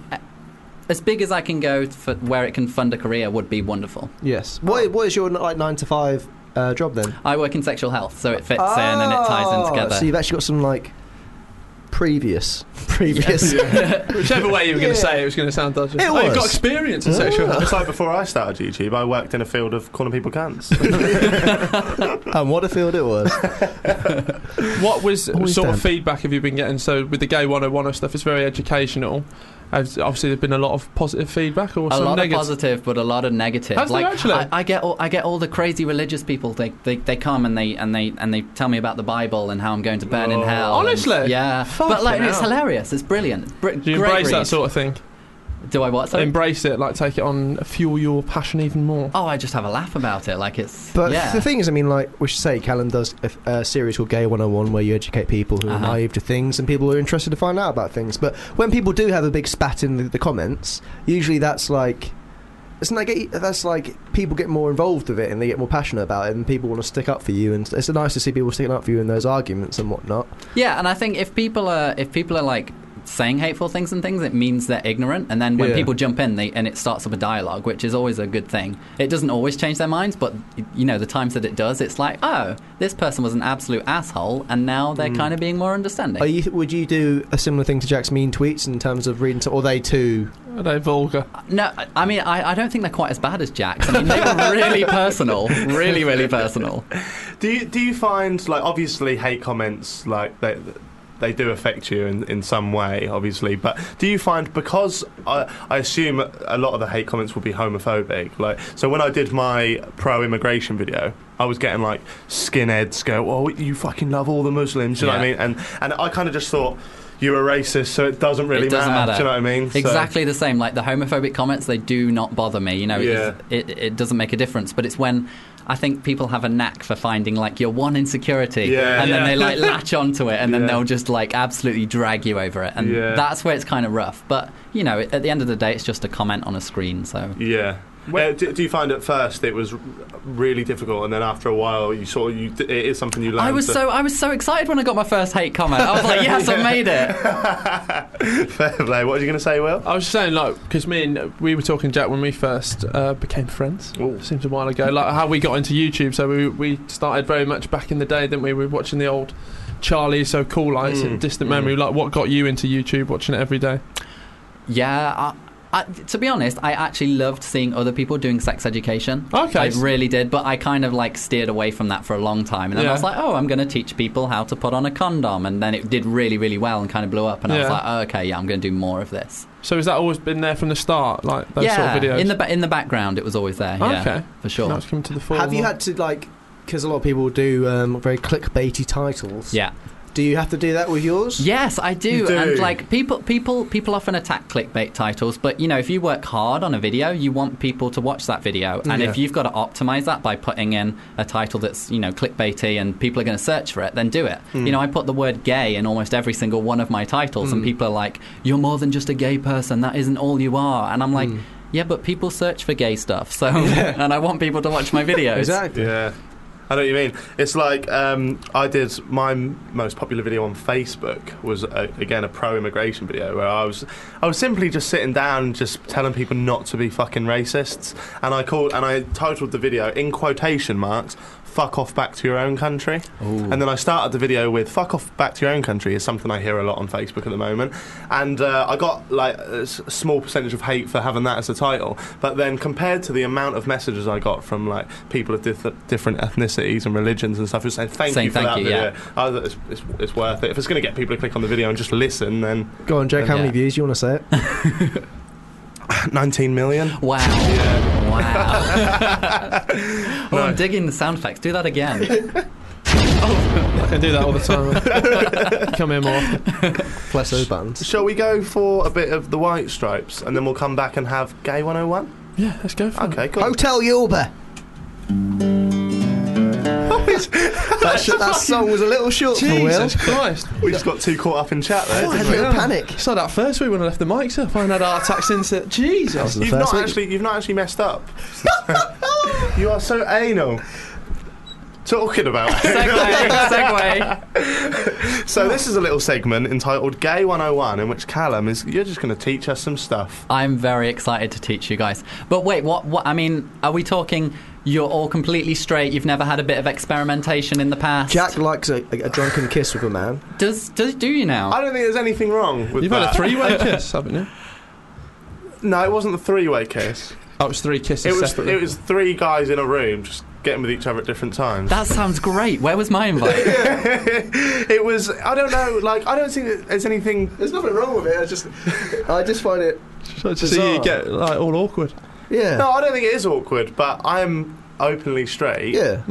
Speaker 9: as big as I can go for where it can fund a career would be wonderful.
Speaker 3: Yes. What What is your like nine to five uh, job then?
Speaker 9: I work in sexual health, so it fits in and it ties in
Speaker 3: Ah,
Speaker 9: together.
Speaker 3: So you've actually got some like previous, previous.
Speaker 6: Whichever way you were going to
Speaker 3: Yeah.
Speaker 6: say it, it was going to sound dodgy.
Speaker 3: It
Speaker 6: Oh, you've
Speaker 3: was. Ah.
Speaker 6: got experience in sexual health.
Speaker 2: It's like before I started YouTube, I worked in a field of calling people cunts.
Speaker 3: and what a field it was.
Speaker 6: What was
Speaker 3: Always
Speaker 6: sort
Speaker 3: damp.
Speaker 6: of feedback have you been getting? So with the Gay 101 stuff, it's very educational. Has- Obviously, there's been a lot of positive feedback or
Speaker 9: a
Speaker 6: some
Speaker 9: lot
Speaker 6: negative.
Speaker 9: of positive, but a lot of negative.
Speaker 6: Has there
Speaker 9: like
Speaker 6: actually?
Speaker 9: I, I get all I get all the crazy religious people. They, they they come and they and they and they tell me about the Bible and how I'm going to burn in
Speaker 2: Oh.
Speaker 9: hell. and-
Speaker 6: Honestly?
Speaker 9: yeah. but like
Speaker 6: Fucking
Speaker 9: it's
Speaker 6: hell.
Speaker 9: hilarious. It's brilliant. It's br-
Speaker 6: Do you
Speaker 9: great
Speaker 6: embrace
Speaker 9: read.
Speaker 6: that sort of thing?
Speaker 9: Do I what? Sorry?
Speaker 6: Embrace it, like take it on, fuel your passion even more.
Speaker 9: oh, I just have a laugh about it. Like it's
Speaker 3: But
Speaker 9: yeah.
Speaker 3: the thing is, I mean, like we should say, Callum does a, a series called Gay 101 where you educate people who
Speaker 9: Uh-huh.
Speaker 3: are naive to things and people who are interested to find out about things. But when people do have a big spat in the, the comments, usually that's like. Isn't that gay- that's like people get more involved with it and they get more passionate about it and people want to stick up for you and it's nice to see people sticking up for you in those arguments and whatnot.
Speaker 9: Yeah, and I think if people are if people are like saying hateful things and things, it means they're ignorant. And then when
Speaker 3: Yeah.
Speaker 9: people jump in, they and it starts up a dialogue, which is always a good thing. It doesn't always change their minds, but y- you know the times that it does, it's like, oh, this person was an absolute asshole, and now they're kind of being more understanding.
Speaker 3: Mm. Are you, would you do a similar thing to Jack's mean tweets in terms of reading, to, or they too?
Speaker 6: Are they vulgar?
Speaker 9: no, I- I mean I, I don't think they're quite as bad as Jack's. I mean they were really personal, really really personal.
Speaker 2: do you do you find like obviously hate comments like they they do affect you in, in some way obviously but do you find because I, I assume a lot of the hate comments will be homophobic like so when I did my pro immigration video I was getting like skinheads go, "Oh, you fucking love all the Muslims," do you know
Speaker 9: Yeah.
Speaker 2: what I mean? And and I kind of just thought you were racist, so it doesn't really
Speaker 9: it doesn't matter.
Speaker 2: Do you know what I mean? So-
Speaker 9: Exactly the same. Like the homophobic comments, they do not bother me. You know, it-
Speaker 2: Yeah.
Speaker 9: it, it, doesn't make a difference. But it's when I think people have a knack for finding like your one insecurity,
Speaker 2: Yeah.
Speaker 9: and then
Speaker 2: Yeah.
Speaker 9: they like latch onto it, and then
Speaker 2: Yeah.
Speaker 9: they'll just like absolutely drag you over it, and
Speaker 2: Yeah.
Speaker 9: that's where it's kind of rough. But you know, at the end of the day, it's just a comment on a screen. So
Speaker 2: Yeah. Uh, do, do you find at first it was r- really difficult, and then after a while you sort of you it is something you learn.
Speaker 9: I was
Speaker 2: to-
Speaker 9: so I was so excited when I got my first hate comment. I was like, yes, I made it.
Speaker 2: fair play. What are you going to say, Will?
Speaker 6: I was just saying, like, because me and we were talking, Jack, when we first uh, became friends.
Speaker 2: Ooh.
Speaker 6: Seems a while ago, like how we got into YouTube. So we we started very much back in the day, didn't we? We were watching the old Charlie is so cool, like it's in
Speaker 2: Mm,
Speaker 6: distant memory. Like, what got you into YouTube? Watching it every day.
Speaker 9: Yeah, I, I, to be honest, I actually loved seeing other people doing sex education.
Speaker 6: Okay.
Speaker 9: I really did, but I kind of like steered away from that for a long time. And then
Speaker 6: Yeah.
Speaker 9: I was like, oh, I'm going to teach people how to put on a condom. And then it did really, really well and kind of blew up. And I was
Speaker 6: Yeah.
Speaker 9: like, oh, okay, yeah, I'm going to do more of this.
Speaker 6: So has that always been there from the start? Like those
Speaker 9: yeah,
Speaker 6: sort of videos.
Speaker 9: in the ba- in the background, it was always there. Yeah,
Speaker 6: Okay.
Speaker 9: for sure.
Speaker 6: Now it's coming to the fore.
Speaker 3: Have you had to like? Because a lot of people do um, very clickbaity titles.
Speaker 9: Yeah.
Speaker 3: Do you have to do that with yours?
Speaker 9: Yes, I do.
Speaker 2: You do.
Speaker 9: And like people, people, people often attack clickbait titles, but you know, if you work hard on a video, you want people to watch that video, and if
Speaker 3: Yeah.
Speaker 9: you've got to optimize that by putting in a title that's you know clickbaity and people are going to search for it, then do it.
Speaker 2: Hmm.
Speaker 9: You know, I put the word "gay" in almost every single one of my titles, and people are like, "You're more than just a gay person. That isn't all you are." And I'm like.
Speaker 2: Hmm.
Speaker 9: Yeah, but people search for gay stuff, so and I want people to watch my videos.
Speaker 3: Exactly.
Speaker 2: Yeah. I know what you mean. It's like um, I did my m- most popular video on Facebook was a, again a pro-immigration video where I was I was simply just sitting down and just telling people not to be fucking racists and I called and I titled the video in quotation marks fuck off back to your own country and then I started the video with fuck off back to your own country is something I hear a lot on Facebook at the moment and uh, I got like a s- small percentage of hate for having that as a title but then compared to the amount of messages I got from like people of dif- different ethnicities and religions and stuff who saying thank
Speaker 9: Saying
Speaker 2: you for
Speaker 9: thank
Speaker 2: that
Speaker 9: you,
Speaker 2: video
Speaker 9: yeah.
Speaker 2: I was like, it's, it's, it's worth it if it's going to get people to click on the video and just listen then
Speaker 3: Go on, Jake.
Speaker 9: Um,
Speaker 3: How many
Speaker 9: yeah.
Speaker 3: views do you want to say it?
Speaker 2: 19 million
Speaker 9: Wow! Wow! oh, I'm digging the sound effects. Do that again.
Speaker 6: I can do that all the time. Come here more. often.
Speaker 3: Bless those buttons.
Speaker 2: Shall we go for a bit of the White Stripes and then we'll come back and have Gay 101?
Speaker 6: Yeah, let's go for it.
Speaker 2: Okay,
Speaker 9: Oh,
Speaker 2: cool.
Speaker 3: Hotel Yulba. that, sh- that song was a little short for Will.
Speaker 6: Jesus Christ.
Speaker 2: We just got too caught up in chat there.
Speaker 3: I had
Speaker 2: didn't
Speaker 3: a
Speaker 2: we?
Speaker 3: little panic.
Speaker 6: It's like that first week when I left the mics up. I had our tax insert. Jesus.
Speaker 2: You've not actually, you've not actually messed up. you are so anal. Talking about.
Speaker 9: Segway, segway.
Speaker 2: so this is a little segment entitled "Gay 101," in which Callum is. You're just going to teach us some stuff.
Speaker 9: I'm very excited to teach you guys. But wait, what? What? I mean, are we talking? You're all completely straight. You've never had a bit of experimentation in the past.
Speaker 3: Jack likes a, a, a drunken kiss with a man.
Speaker 9: does does do you now?
Speaker 2: I don't think there's anything wrong with
Speaker 6: You've
Speaker 2: that.
Speaker 6: had a three-way kiss, haven't you?
Speaker 2: No, it wasn't a three-way kiss.
Speaker 6: Oh, it was three kisses
Speaker 2: It was.
Speaker 6: separately.
Speaker 2: It was three guys in a room just getting with each other at different times.
Speaker 9: that sounds great. Where was my invite?
Speaker 2: it was. I don't know. Like I don't think that there's anything
Speaker 3: There's nothing wrong with it. I just, I just find it.
Speaker 6: so to see you
Speaker 3: bizarre.
Speaker 6: get like all awkward.
Speaker 3: Yeah.
Speaker 2: No, I don't think it is awkward, but I'm openly straight.
Speaker 3: Yeah.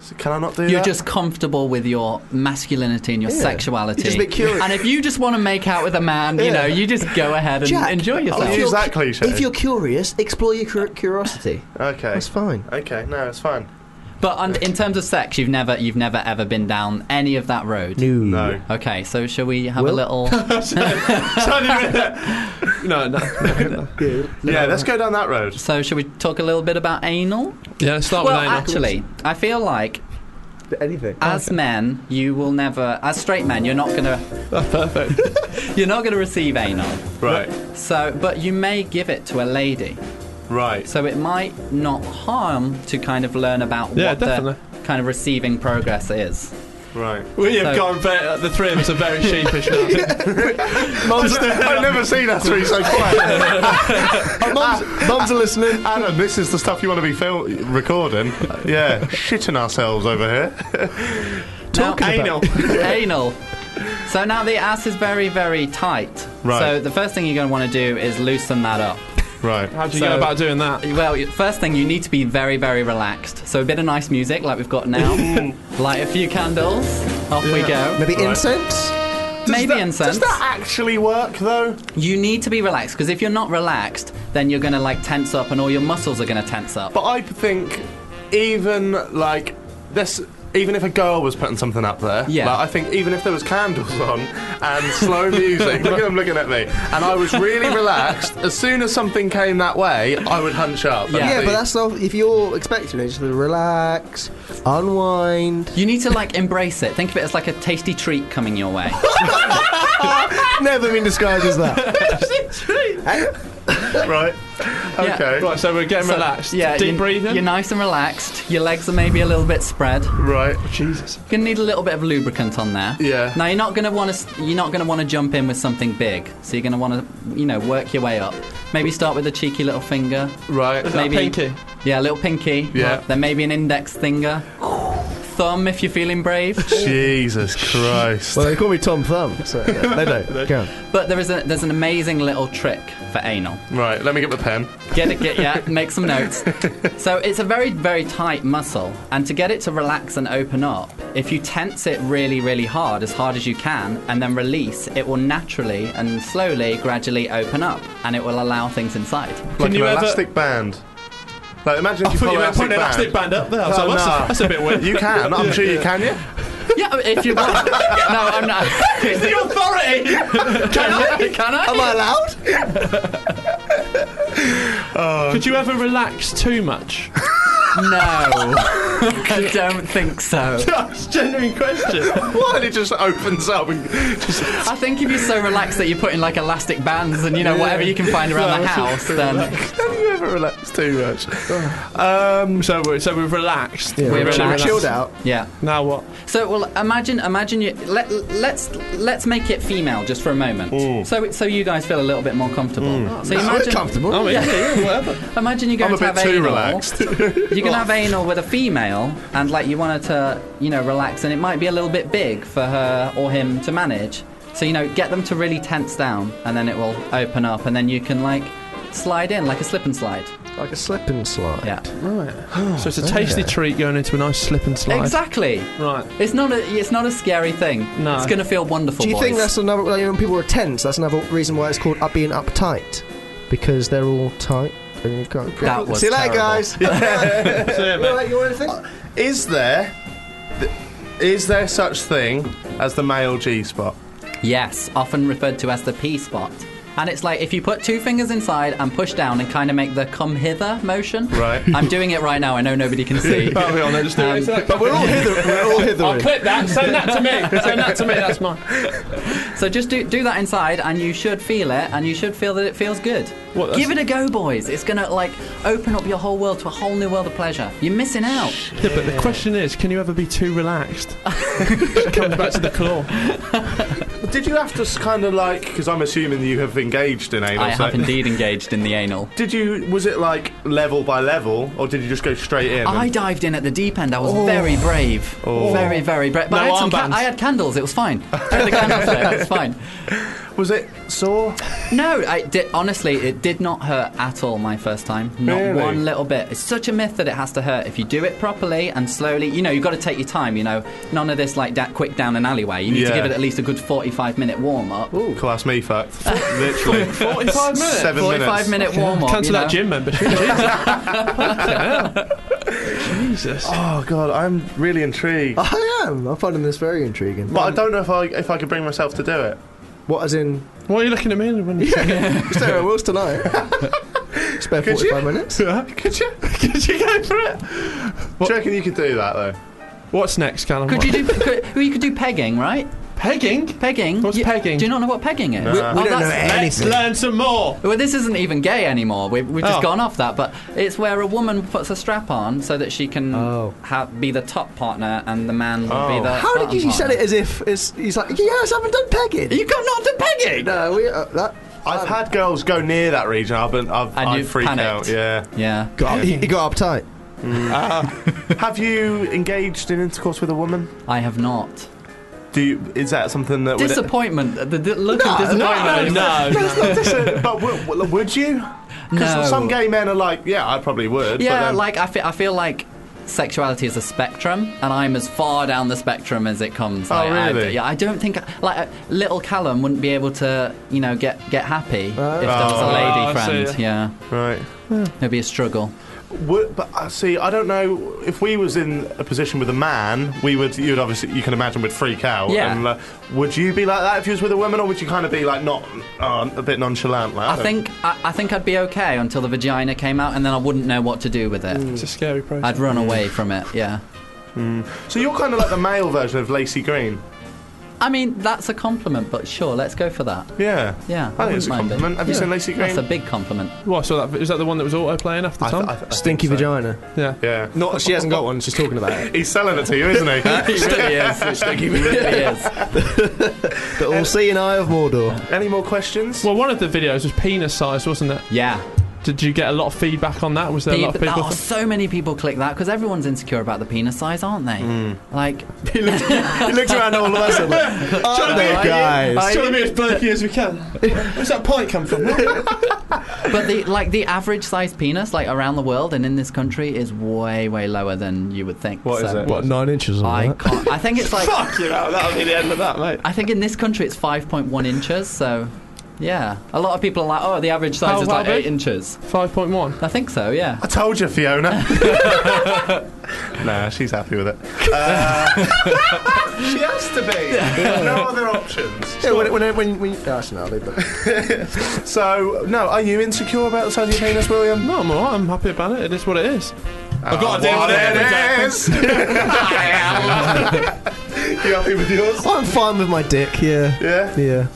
Speaker 2: So can I not do that?
Speaker 9: You're just comfortable with your masculinity and your
Speaker 3: Yeah.
Speaker 9: sexuality.
Speaker 3: You're just a bit curious.
Speaker 9: And if you just want to make out with a man, you
Speaker 3: Yeah.
Speaker 9: know, you just go ahead and
Speaker 3: Jack,
Speaker 9: enjoy yourself.
Speaker 2: I'll use
Speaker 3: if you're-
Speaker 2: that cliche.
Speaker 3: If you're curious, explore your cur- curiosity.
Speaker 2: okay.
Speaker 3: That's fine.
Speaker 2: Okay, no, it's fine.
Speaker 9: But on, in terms of sex, you've never you've never ever been down any of that road.
Speaker 2: No.
Speaker 9: Okay, so shall we have
Speaker 3: Will?
Speaker 9: a little?
Speaker 6: No, no.
Speaker 2: yeah, let's go down that road.
Speaker 9: So, should we talk a little bit about anal?
Speaker 6: yeah, let's start
Speaker 9: well,
Speaker 6: with anal.
Speaker 9: actually, I feel like
Speaker 3: Anything.
Speaker 9: as men, you will never, as straight men, you're not gonna,
Speaker 6: Perfect.
Speaker 9: you're not gonna receive anal.
Speaker 2: Right,
Speaker 9: So, but you may give it to a lady.
Speaker 2: right.
Speaker 9: So it might not harm to kind of learn about
Speaker 6: Yeah,
Speaker 9: what
Speaker 6: definitely.
Speaker 9: the kind of receiving progress is.
Speaker 2: Right.
Speaker 6: We have
Speaker 9: So-
Speaker 6: gone very, the three of us are very sheepish now. uh,
Speaker 2: I've never seen us three so quiet. mums, mums are listening. Adam, this is the stuff you want to be fil- recording. Yeah, shitting ourselves over here.
Speaker 9: Talking
Speaker 2: Anal.
Speaker 9: anal. So now the ass is very, very tight.
Speaker 2: Right.
Speaker 9: So the first thing you're going to want to do is loosen that up.
Speaker 2: Right.
Speaker 6: How do you go about doing that?
Speaker 9: Well, y- first thing, you need to be very, very relaxed. So a bit of nice music, like we've got now. Light a few candles. Off we go.
Speaker 3: Maybe incense?
Speaker 9: Maybe incense.
Speaker 2: Does that actually work though?
Speaker 9: You need to be relaxed because if you're not relaxed, then you're gonna like tense up, and all your muscles are gonna tense up.
Speaker 2: But I think even like this. Even if a girl was putting something up there,
Speaker 9: Yeah.
Speaker 2: like, I think even if there was candles on and slow music, look at them looking at me, and I was really relaxed. As soon as something came that way, I would hunch up. and
Speaker 9: Yeah,
Speaker 2: be-
Speaker 3: but that's not. If you're expecting it, just relax, unwind.
Speaker 9: you need to like embrace it. Think of it as like a tasty treat coming your way.
Speaker 3: Never been described as that.
Speaker 2: right.
Speaker 9: Yeah.
Speaker 2: Okay.
Speaker 6: Right, so we're getting relaxed.
Speaker 9: yeah,
Speaker 6: Deep
Speaker 9: you-
Speaker 6: breathing.
Speaker 9: You're nice and relaxed. Your legs are maybe a little bit spread.
Speaker 2: Right.
Speaker 9: Gonna need a little bit of lubricant on there.
Speaker 2: Yeah.
Speaker 9: Now you're not gonna want to. You're not gonna want to jump in with something big. So you're gonna want to, you know, work your way up. Maybe start with a cheeky little finger.
Speaker 2: Right.
Speaker 6: That
Speaker 9: maybe-
Speaker 6: pinky.
Speaker 9: Yeah, a little pinky.
Speaker 2: Yeah.
Speaker 9: Then maybe an index finger. Thumb if you're feeling brave.
Speaker 2: Jesus Christ.
Speaker 3: well, they call me Tom Thumb, so yeah, they don't. Go on.
Speaker 9: But there is a there's an amazing little trick for anal.
Speaker 2: Right. Let me get the pen.
Speaker 9: Get it, get yeah. Make some notes. So it's a very very tight muscle, and to get it to relax and open up, if you tense it really really hard, as hard as you can, and then release, it will naturally and slowly gradually open up, and it will allow things inside.
Speaker 2: Like
Speaker 6: you
Speaker 2: an
Speaker 6: ever-
Speaker 2: elastic band. Like imagine if
Speaker 6: I
Speaker 2: you
Speaker 6: thought
Speaker 2: pull
Speaker 6: you
Speaker 2: elastic
Speaker 6: meant putting an elastic band up there. I was
Speaker 2: Oh,
Speaker 6: like, that's,
Speaker 2: no.
Speaker 6: a, that's a bit weird.
Speaker 2: You can. I'm sure you can. You.
Speaker 9: Yeah, if you want. no, I'm not. He's the authority. can I? Can I?
Speaker 3: Am I allowed?
Speaker 6: Could you ever relax too much?
Speaker 9: No, I don't think so.
Speaker 6: that's a genuine question.
Speaker 2: Why? And it just opens up and just
Speaker 9: I think if you're so relaxed that you're putting like elastic bands and you know whatever you can find around the house, then
Speaker 2: Have you ever relaxed too much?
Speaker 6: Um, so, we're, so we've relaxed.
Speaker 3: Yeah,
Speaker 9: We're
Speaker 3: chill-
Speaker 9: relaxed.
Speaker 3: chilled out.
Speaker 9: yeah.
Speaker 6: Now what?
Speaker 9: So well, imagine imagine you let let's let's make it female just for a moment. So it- so you guys feel a little bit more comfortable. So you imagine
Speaker 3: comfortable.
Speaker 6: I mean,
Speaker 9: Yeah.
Speaker 6: yeah, yeah, whatever.
Speaker 9: imagine you're going
Speaker 2: I'm a
Speaker 9: to
Speaker 2: bit
Speaker 9: have
Speaker 2: too
Speaker 9: anal.
Speaker 2: relaxed.
Speaker 9: You're gonna have anal with a female, and like you want her to, you know, relax, and it might be a little bit big for her or him to manage. So you know, get them to really tense down, and then it will open up, and then you can like slide in like a slip and slide.
Speaker 3: Like a slip and slide.
Speaker 9: Yeah,
Speaker 6: So it's a tasty treat going into a nice slip and slide.
Speaker 9: exactly.
Speaker 6: Right.
Speaker 9: It's not a it's not a scary thing.
Speaker 6: No.
Speaker 9: it's gonna feel wonderful.
Speaker 3: Do you
Speaker 9: boys.
Speaker 3: think that's another? Like, you know, when people are tense, that's another reason why it's called up being uptight, because they're all tight. And you can't go.
Speaker 9: That was
Speaker 3: See you later,
Speaker 9: terrible.
Speaker 3: guys. you want anything?
Speaker 2: Is there? th- Is there such thing as the male G spot?
Speaker 9: Yes, often referred to as the P spot. And it's like if you put two fingers inside and push down and kind of make the come hither motion.
Speaker 2: Right.
Speaker 9: I'm doing it right now. I know nobody can see.
Speaker 6: I'll be honest,
Speaker 9: Um,
Speaker 6: but we're all hither. We're all hither. I'll clip that. Send that to me. Send that to me. That's mine.
Speaker 9: so just do, do that inside, and you should feel it, and you should feel that it feels good.
Speaker 6: What, that's-
Speaker 9: Give it a go, boys. It's gonna like open up your whole world to a whole new world of pleasure. You're missing out.
Speaker 6: Yeah, but the question is, can you ever be too relaxed? it comes back to the claw.
Speaker 2: Did you have to kind of like? Because I'm assuming you have engaged in anal.
Speaker 9: I
Speaker 2: so-
Speaker 9: have indeed engaged in the anal.
Speaker 2: Did you? Was it like level by level, or did you just go straight in?
Speaker 9: I
Speaker 2: and-
Speaker 9: dived in at the deep end. I was very brave, very very brave. But I,
Speaker 6: Oh. No
Speaker 9: had some ca-
Speaker 6: armbands.
Speaker 9: I had candles. It was fine. I had the candles there. It was fine.
Speaker 2: was it sore?
Speaker 9: No, I did, honestly, it did not hurt at all my first time. Not
Speaker 2: Really?
Speaker 9: one little bit. It's such a myth that it has to hurt. If you do it properly and slowly, you know, you've got to take your time, you know. None of this like that quick down an alleyway. You need to
Speaker 2: Yeah.
Speaker 9: give it at least a good 45 minute warm up.
Speaker 2: Ooh. Cool, that's me fucked. Literally.
Speaker 6: 45 minutes.
Speaker 2: Seven
Speaker 9: 45
Speaker 2: minutes.
Speaker 9: minute warm up.
Speaker 6: Cancel
Speaker 9: you know?
Speaker 6: that gym membership. Jesus.
Speaker 2: Oh god, I'm really intrigued.
Speaker 3: I am. I'm finding this very intriguing.
Speaker 2: But I don't know if I if I could bring myself to do it.
Speaker 3: What, as in,
Speaker 6: Why are you looking at me? When you
Speaker 3: stay at Will's tonight? Spare
Speaker 2: Could you?
Speaker 3: 45 minutes.
Speaker 2: could you?
Speaker 6: Did you go for it?
Speaker 2: Do you reckon you could do that though?
Speaker 6: What's next, Callum?
Speaker 9: Could
Speaker 6: What-
Speaker 9: you do? Could, well, you could do pegging, right?
Speaker 6: pegging?
Speaker 9: Pegging.
Speaker 6: What's
Speaker 9: You-
Speaker 6: pegging?
Speaker 9: Do you not know what pegging is?
Speaker 2: No.
Speaker 9: Oh, that's-
Speaker 6: Let's learn some more.
Speaker 9: Well, this isn't even gay anymore. We've, we've just
Speaker 6: Oh.
Speaker 9: gone off that, but it's where a woman puts a strap on so that she can
Speaker 3: Oh.
Speaker 9: ha- be the top partner and the man will be
Speaker 2: Oh.
Speaker 9: the.
Speaker 3: How did
Speaker 9: bottom
Speaker 3: you you said
Speaker 9: partner.
Speaker 3: it as if it's, he's like, yes, I haven't done pegging?
Speaker 9: You got not to pegging.
Speaker 3: no, we, uh, that,
Speaker 2: I've had girls go near that region. I've been, I've,
Speaker 9: And
Speaker 2: I've
Speaker 9: you've
Speaker 2: freaked out.
Speaker 9: panicked.
Speaker 2: Yeah.
Speaker 9: Yeah.
Speaker 3: got, he got uptight.
Speaker 2: Have you engaged in intercourse with a woman?
Speaker 9: I have not.
Speaker 2: Do you, is that something that?
Speaker 9: Disappointment. The, the look of disappointment.
Speaker 6: no, no.
Speaker 2: Would, it- but would, would you? Because
Speaker 9: No.
Speaker 2: some gay men are like, yeah, I probably would. but um,
Speaker 9: Yeah,
Speaker 2: then-
Speaker 9: like I feel, I feel like sexuality is a spectrum, and I'm as far down the spectrum as it comes.
Speaker 2: Oh,
Speaker 9: Like, I,
Speaker 2: really?
Speaker 9: yeah, I don't think like uh, little Callum wouldn't be able to, you know, get get happy if there was
Speaker 2: Oh,
Speaker 9: a
Speaker 4: I
Speaker 9: lady
Speaker 4: see.
Speaker 9: friend. Yeah,
Speaker 2: right.
Speaker 9: it'd be a struggle.
Speaker 2: Would, but uh, see, I don't know if we was in a position with a man, we would. You'd obviously, you can imagine, would freak out.
Speaker 9: Yeah.
Speaker 2: And, uh, would you be like that if you was with a woman, or would you kind of be like not uh, a bit nonchalant? Like,
Speaker 9: I
Speaker 2: don't-
Speaker 9: think I, I think I'd be okay until the vagina came out, and then I wouldn't know what to do with it.
Speaker 6: Mm.
Speaker 4: It's a scary process.
Speaker 9: I'd run away from it. Yeah.
Speaker 2: So you're kind of like the male version of Lacey Green.
Speaker 9: I mean, that's a compliment, but sure, let's go for that.
Speaker 2: Yeah.
Speaker 9: Yeah, I,
Speaker 2: I think it's a
Speaker 9: wouldn't mind it.
Speaker 2: compliment. Have you
Speaker 9: Yeah.
Speaker 2: seen Lacey Green?
Speaker 9: That's a big compliment.
Speaker 4: Well, so that is that the one that was auto playing after
Speaker 2: I th-
Speaker 4: Tom?
Speaker 2: I th- I think
Speaker 3: Stinky
Speaker 2: so.
Speaker 3: vagina.
Speaker 4: yeah.
Speaker 2: Yeah.
Speaker 6: Not, she hasn't got one. She's talking about it.
Speaker 2: He's selling it to you, isn't he?
Speaker 9: It really is. It really is.
Speaker 3: But we'll see an Eye of Mordor.
Speaker 2: Any more questions?
Speaker 4: Well, one of the videos was penis size, wasn't it?
Speaker 9: Yeah.
Speaker 4: Did you get a lot of feedback on that? Was there a lot of
Speaker 9: Pe-
Speaker 4: people?
Speaker 9: oh, so many people click that because everyone's insecure about the penis size, aren't they? Like,
Speaker 3: he, looked, he looked around all of us and like, oh, no, guys.
Speaker 4: trying to be as blokey as we can. Where's that point come from?
Speaker 9: but the like the average size penis like around the world and in this country is way way lower than you would think.
Speaker 2: What is it?
Speaker 3: What, nine inches on
Speaker 9: I
Speaker 3: that?
Speaker 9: can't. I think it's like
Speaker 4: Fuck you out. That'll be the end of that, mate.
Speaker 9: I think in this country it's 5.1 inches. So, yeah, a lot of people are like, oh, the average size
Speaker 4: How-
Speaker 9: is
Speaker 4: how
Speaker 9: like eight
Speaker 4: big?
Speaker 9: inches.
Speaker 4: Five point one.
Speaker 9: I think so. Yeah.
Speaker 2: I told you, Fiona. nah, she's happy with it. Uh, she has to be. No other options.
Speaker 3: Yeah, when, when, when, when, oh, actually, no, I'll leave that.
Speaker 2: So, no, are you insecure about the size of your penis, William?
Speaker 4: No, I'm alright. I'm happy about it. It is what it is.
Speaker 2: I've
Speaker 4: got to deal with it every day.
Speaker 2: you happy with yours?
Speaker 3: I'm fine with my dick, yeah.
Speaker 2: Yeah.
Speaker 3: Yeah.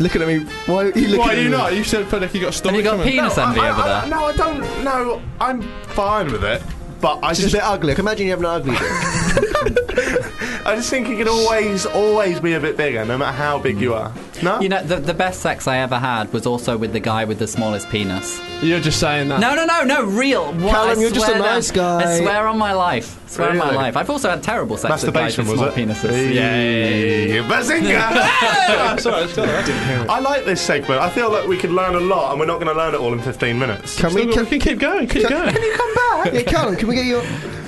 Speaker 3: Looking at me. Why are you looking
Speaker 4: Why
Speaker 3: at
Speaker 4: are
Speaker 3: me?
Speaker 4: you not? You said like you got a story
Speaker 9: Have you got
Speaker 4: coming.
Speaker 9: penis envy
Speaker 2: I,
Speaker 9: over
Speaker 2: I-
Speaker 9: there?
Speaker 2: no, I don't. No, I'm fine with it. But I
Speaker 3: It's
Speaker 2: just,
Speaker 3: just a bit ugly. I can imagine you having an ugly dick.
Speaker 2: I just think it can always, always be a bit bigger, no matter how big you are. No.
Speaker 9: Mm. You know, the, the best sex I ever had was also with the guy with the smallest penis.
Speaker 4: You're just saying that.
Speaker 9: No, no, no, no, real. What,
Speaker 3: Callum,
Speaker 9: I
Speaker 3: you're just a
Speaker 9: swear
Speaker 3: nice
Speaker 9: down-
Speaker 3: guy.
Speaker 9: I swear on my life. Swear on my
Speaker 2: Really?
Speaker 9: life. I've also had terrible sex
Speaker 2: Masturbation
Speaker 9: with
Speaker 2: was
Speaker 9: guys
Speaker 2: it?
Speaker 9: with small penises. Yeah.
Speaker 2: Hey, Bazinga!
Speaker 4: Ah, sorry, it's got that.
Speaker 2: I like this segment. I feel like we could learn a lot, and we're not going to learn it all in 15 minutes.
Speaker 3: Can
Speaker 4: Still
Speaker 3: we?
Speaker 4: got-
Speaker 3: Can,
Speaker 4: we can keep going. Keep going.
Speaker 3: you come back? Yeah, Callum, can we get your.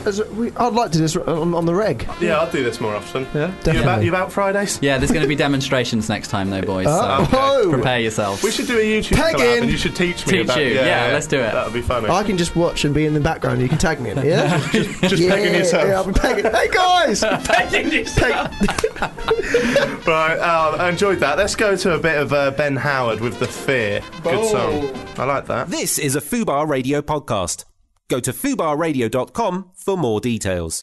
Speaker 3: As, we, I'd like to do this on, on the reg.
Speaker 2: Yeah, I'll do this more often.
Speaker 4: Yeah.
Speaker 2: You about,
Speaker 3: Definitely.
Speaker 2: you about Fridays?
Speaker 9: Yeah, there's going to be demonstrations next time, though, boys.
Speaker 3: Oh,
Speaker 9: So
Speaker 3: whoa.
Speaker 9: prepare yourselves.
Speaker 2: We should do a YouTube
Speaker 3: Peg
Speaker 2: collab,
Speaker 3: in.
Speaker 2: and you should teach me
Speaker 9: Teach
Speaker 2: about
Speaker 9: you. Yeah, let's do it.
Speaker 2: That'll be funny.
Speaker 3: I can just watch and be in the background. You can tag me in it, yeah? just
Speaker 2: pegging yourself.
Speaker 3: Yeah, I'll be pegging. Hey, guys!
Speaker 2: Right, um, I enjoyed that. Let's go to a bit of uh, Ben Howard with The Fear. Good song. I like that.
Speaker 1: This is a Fubar Radio podcast. Go to fubarradio.com for more details.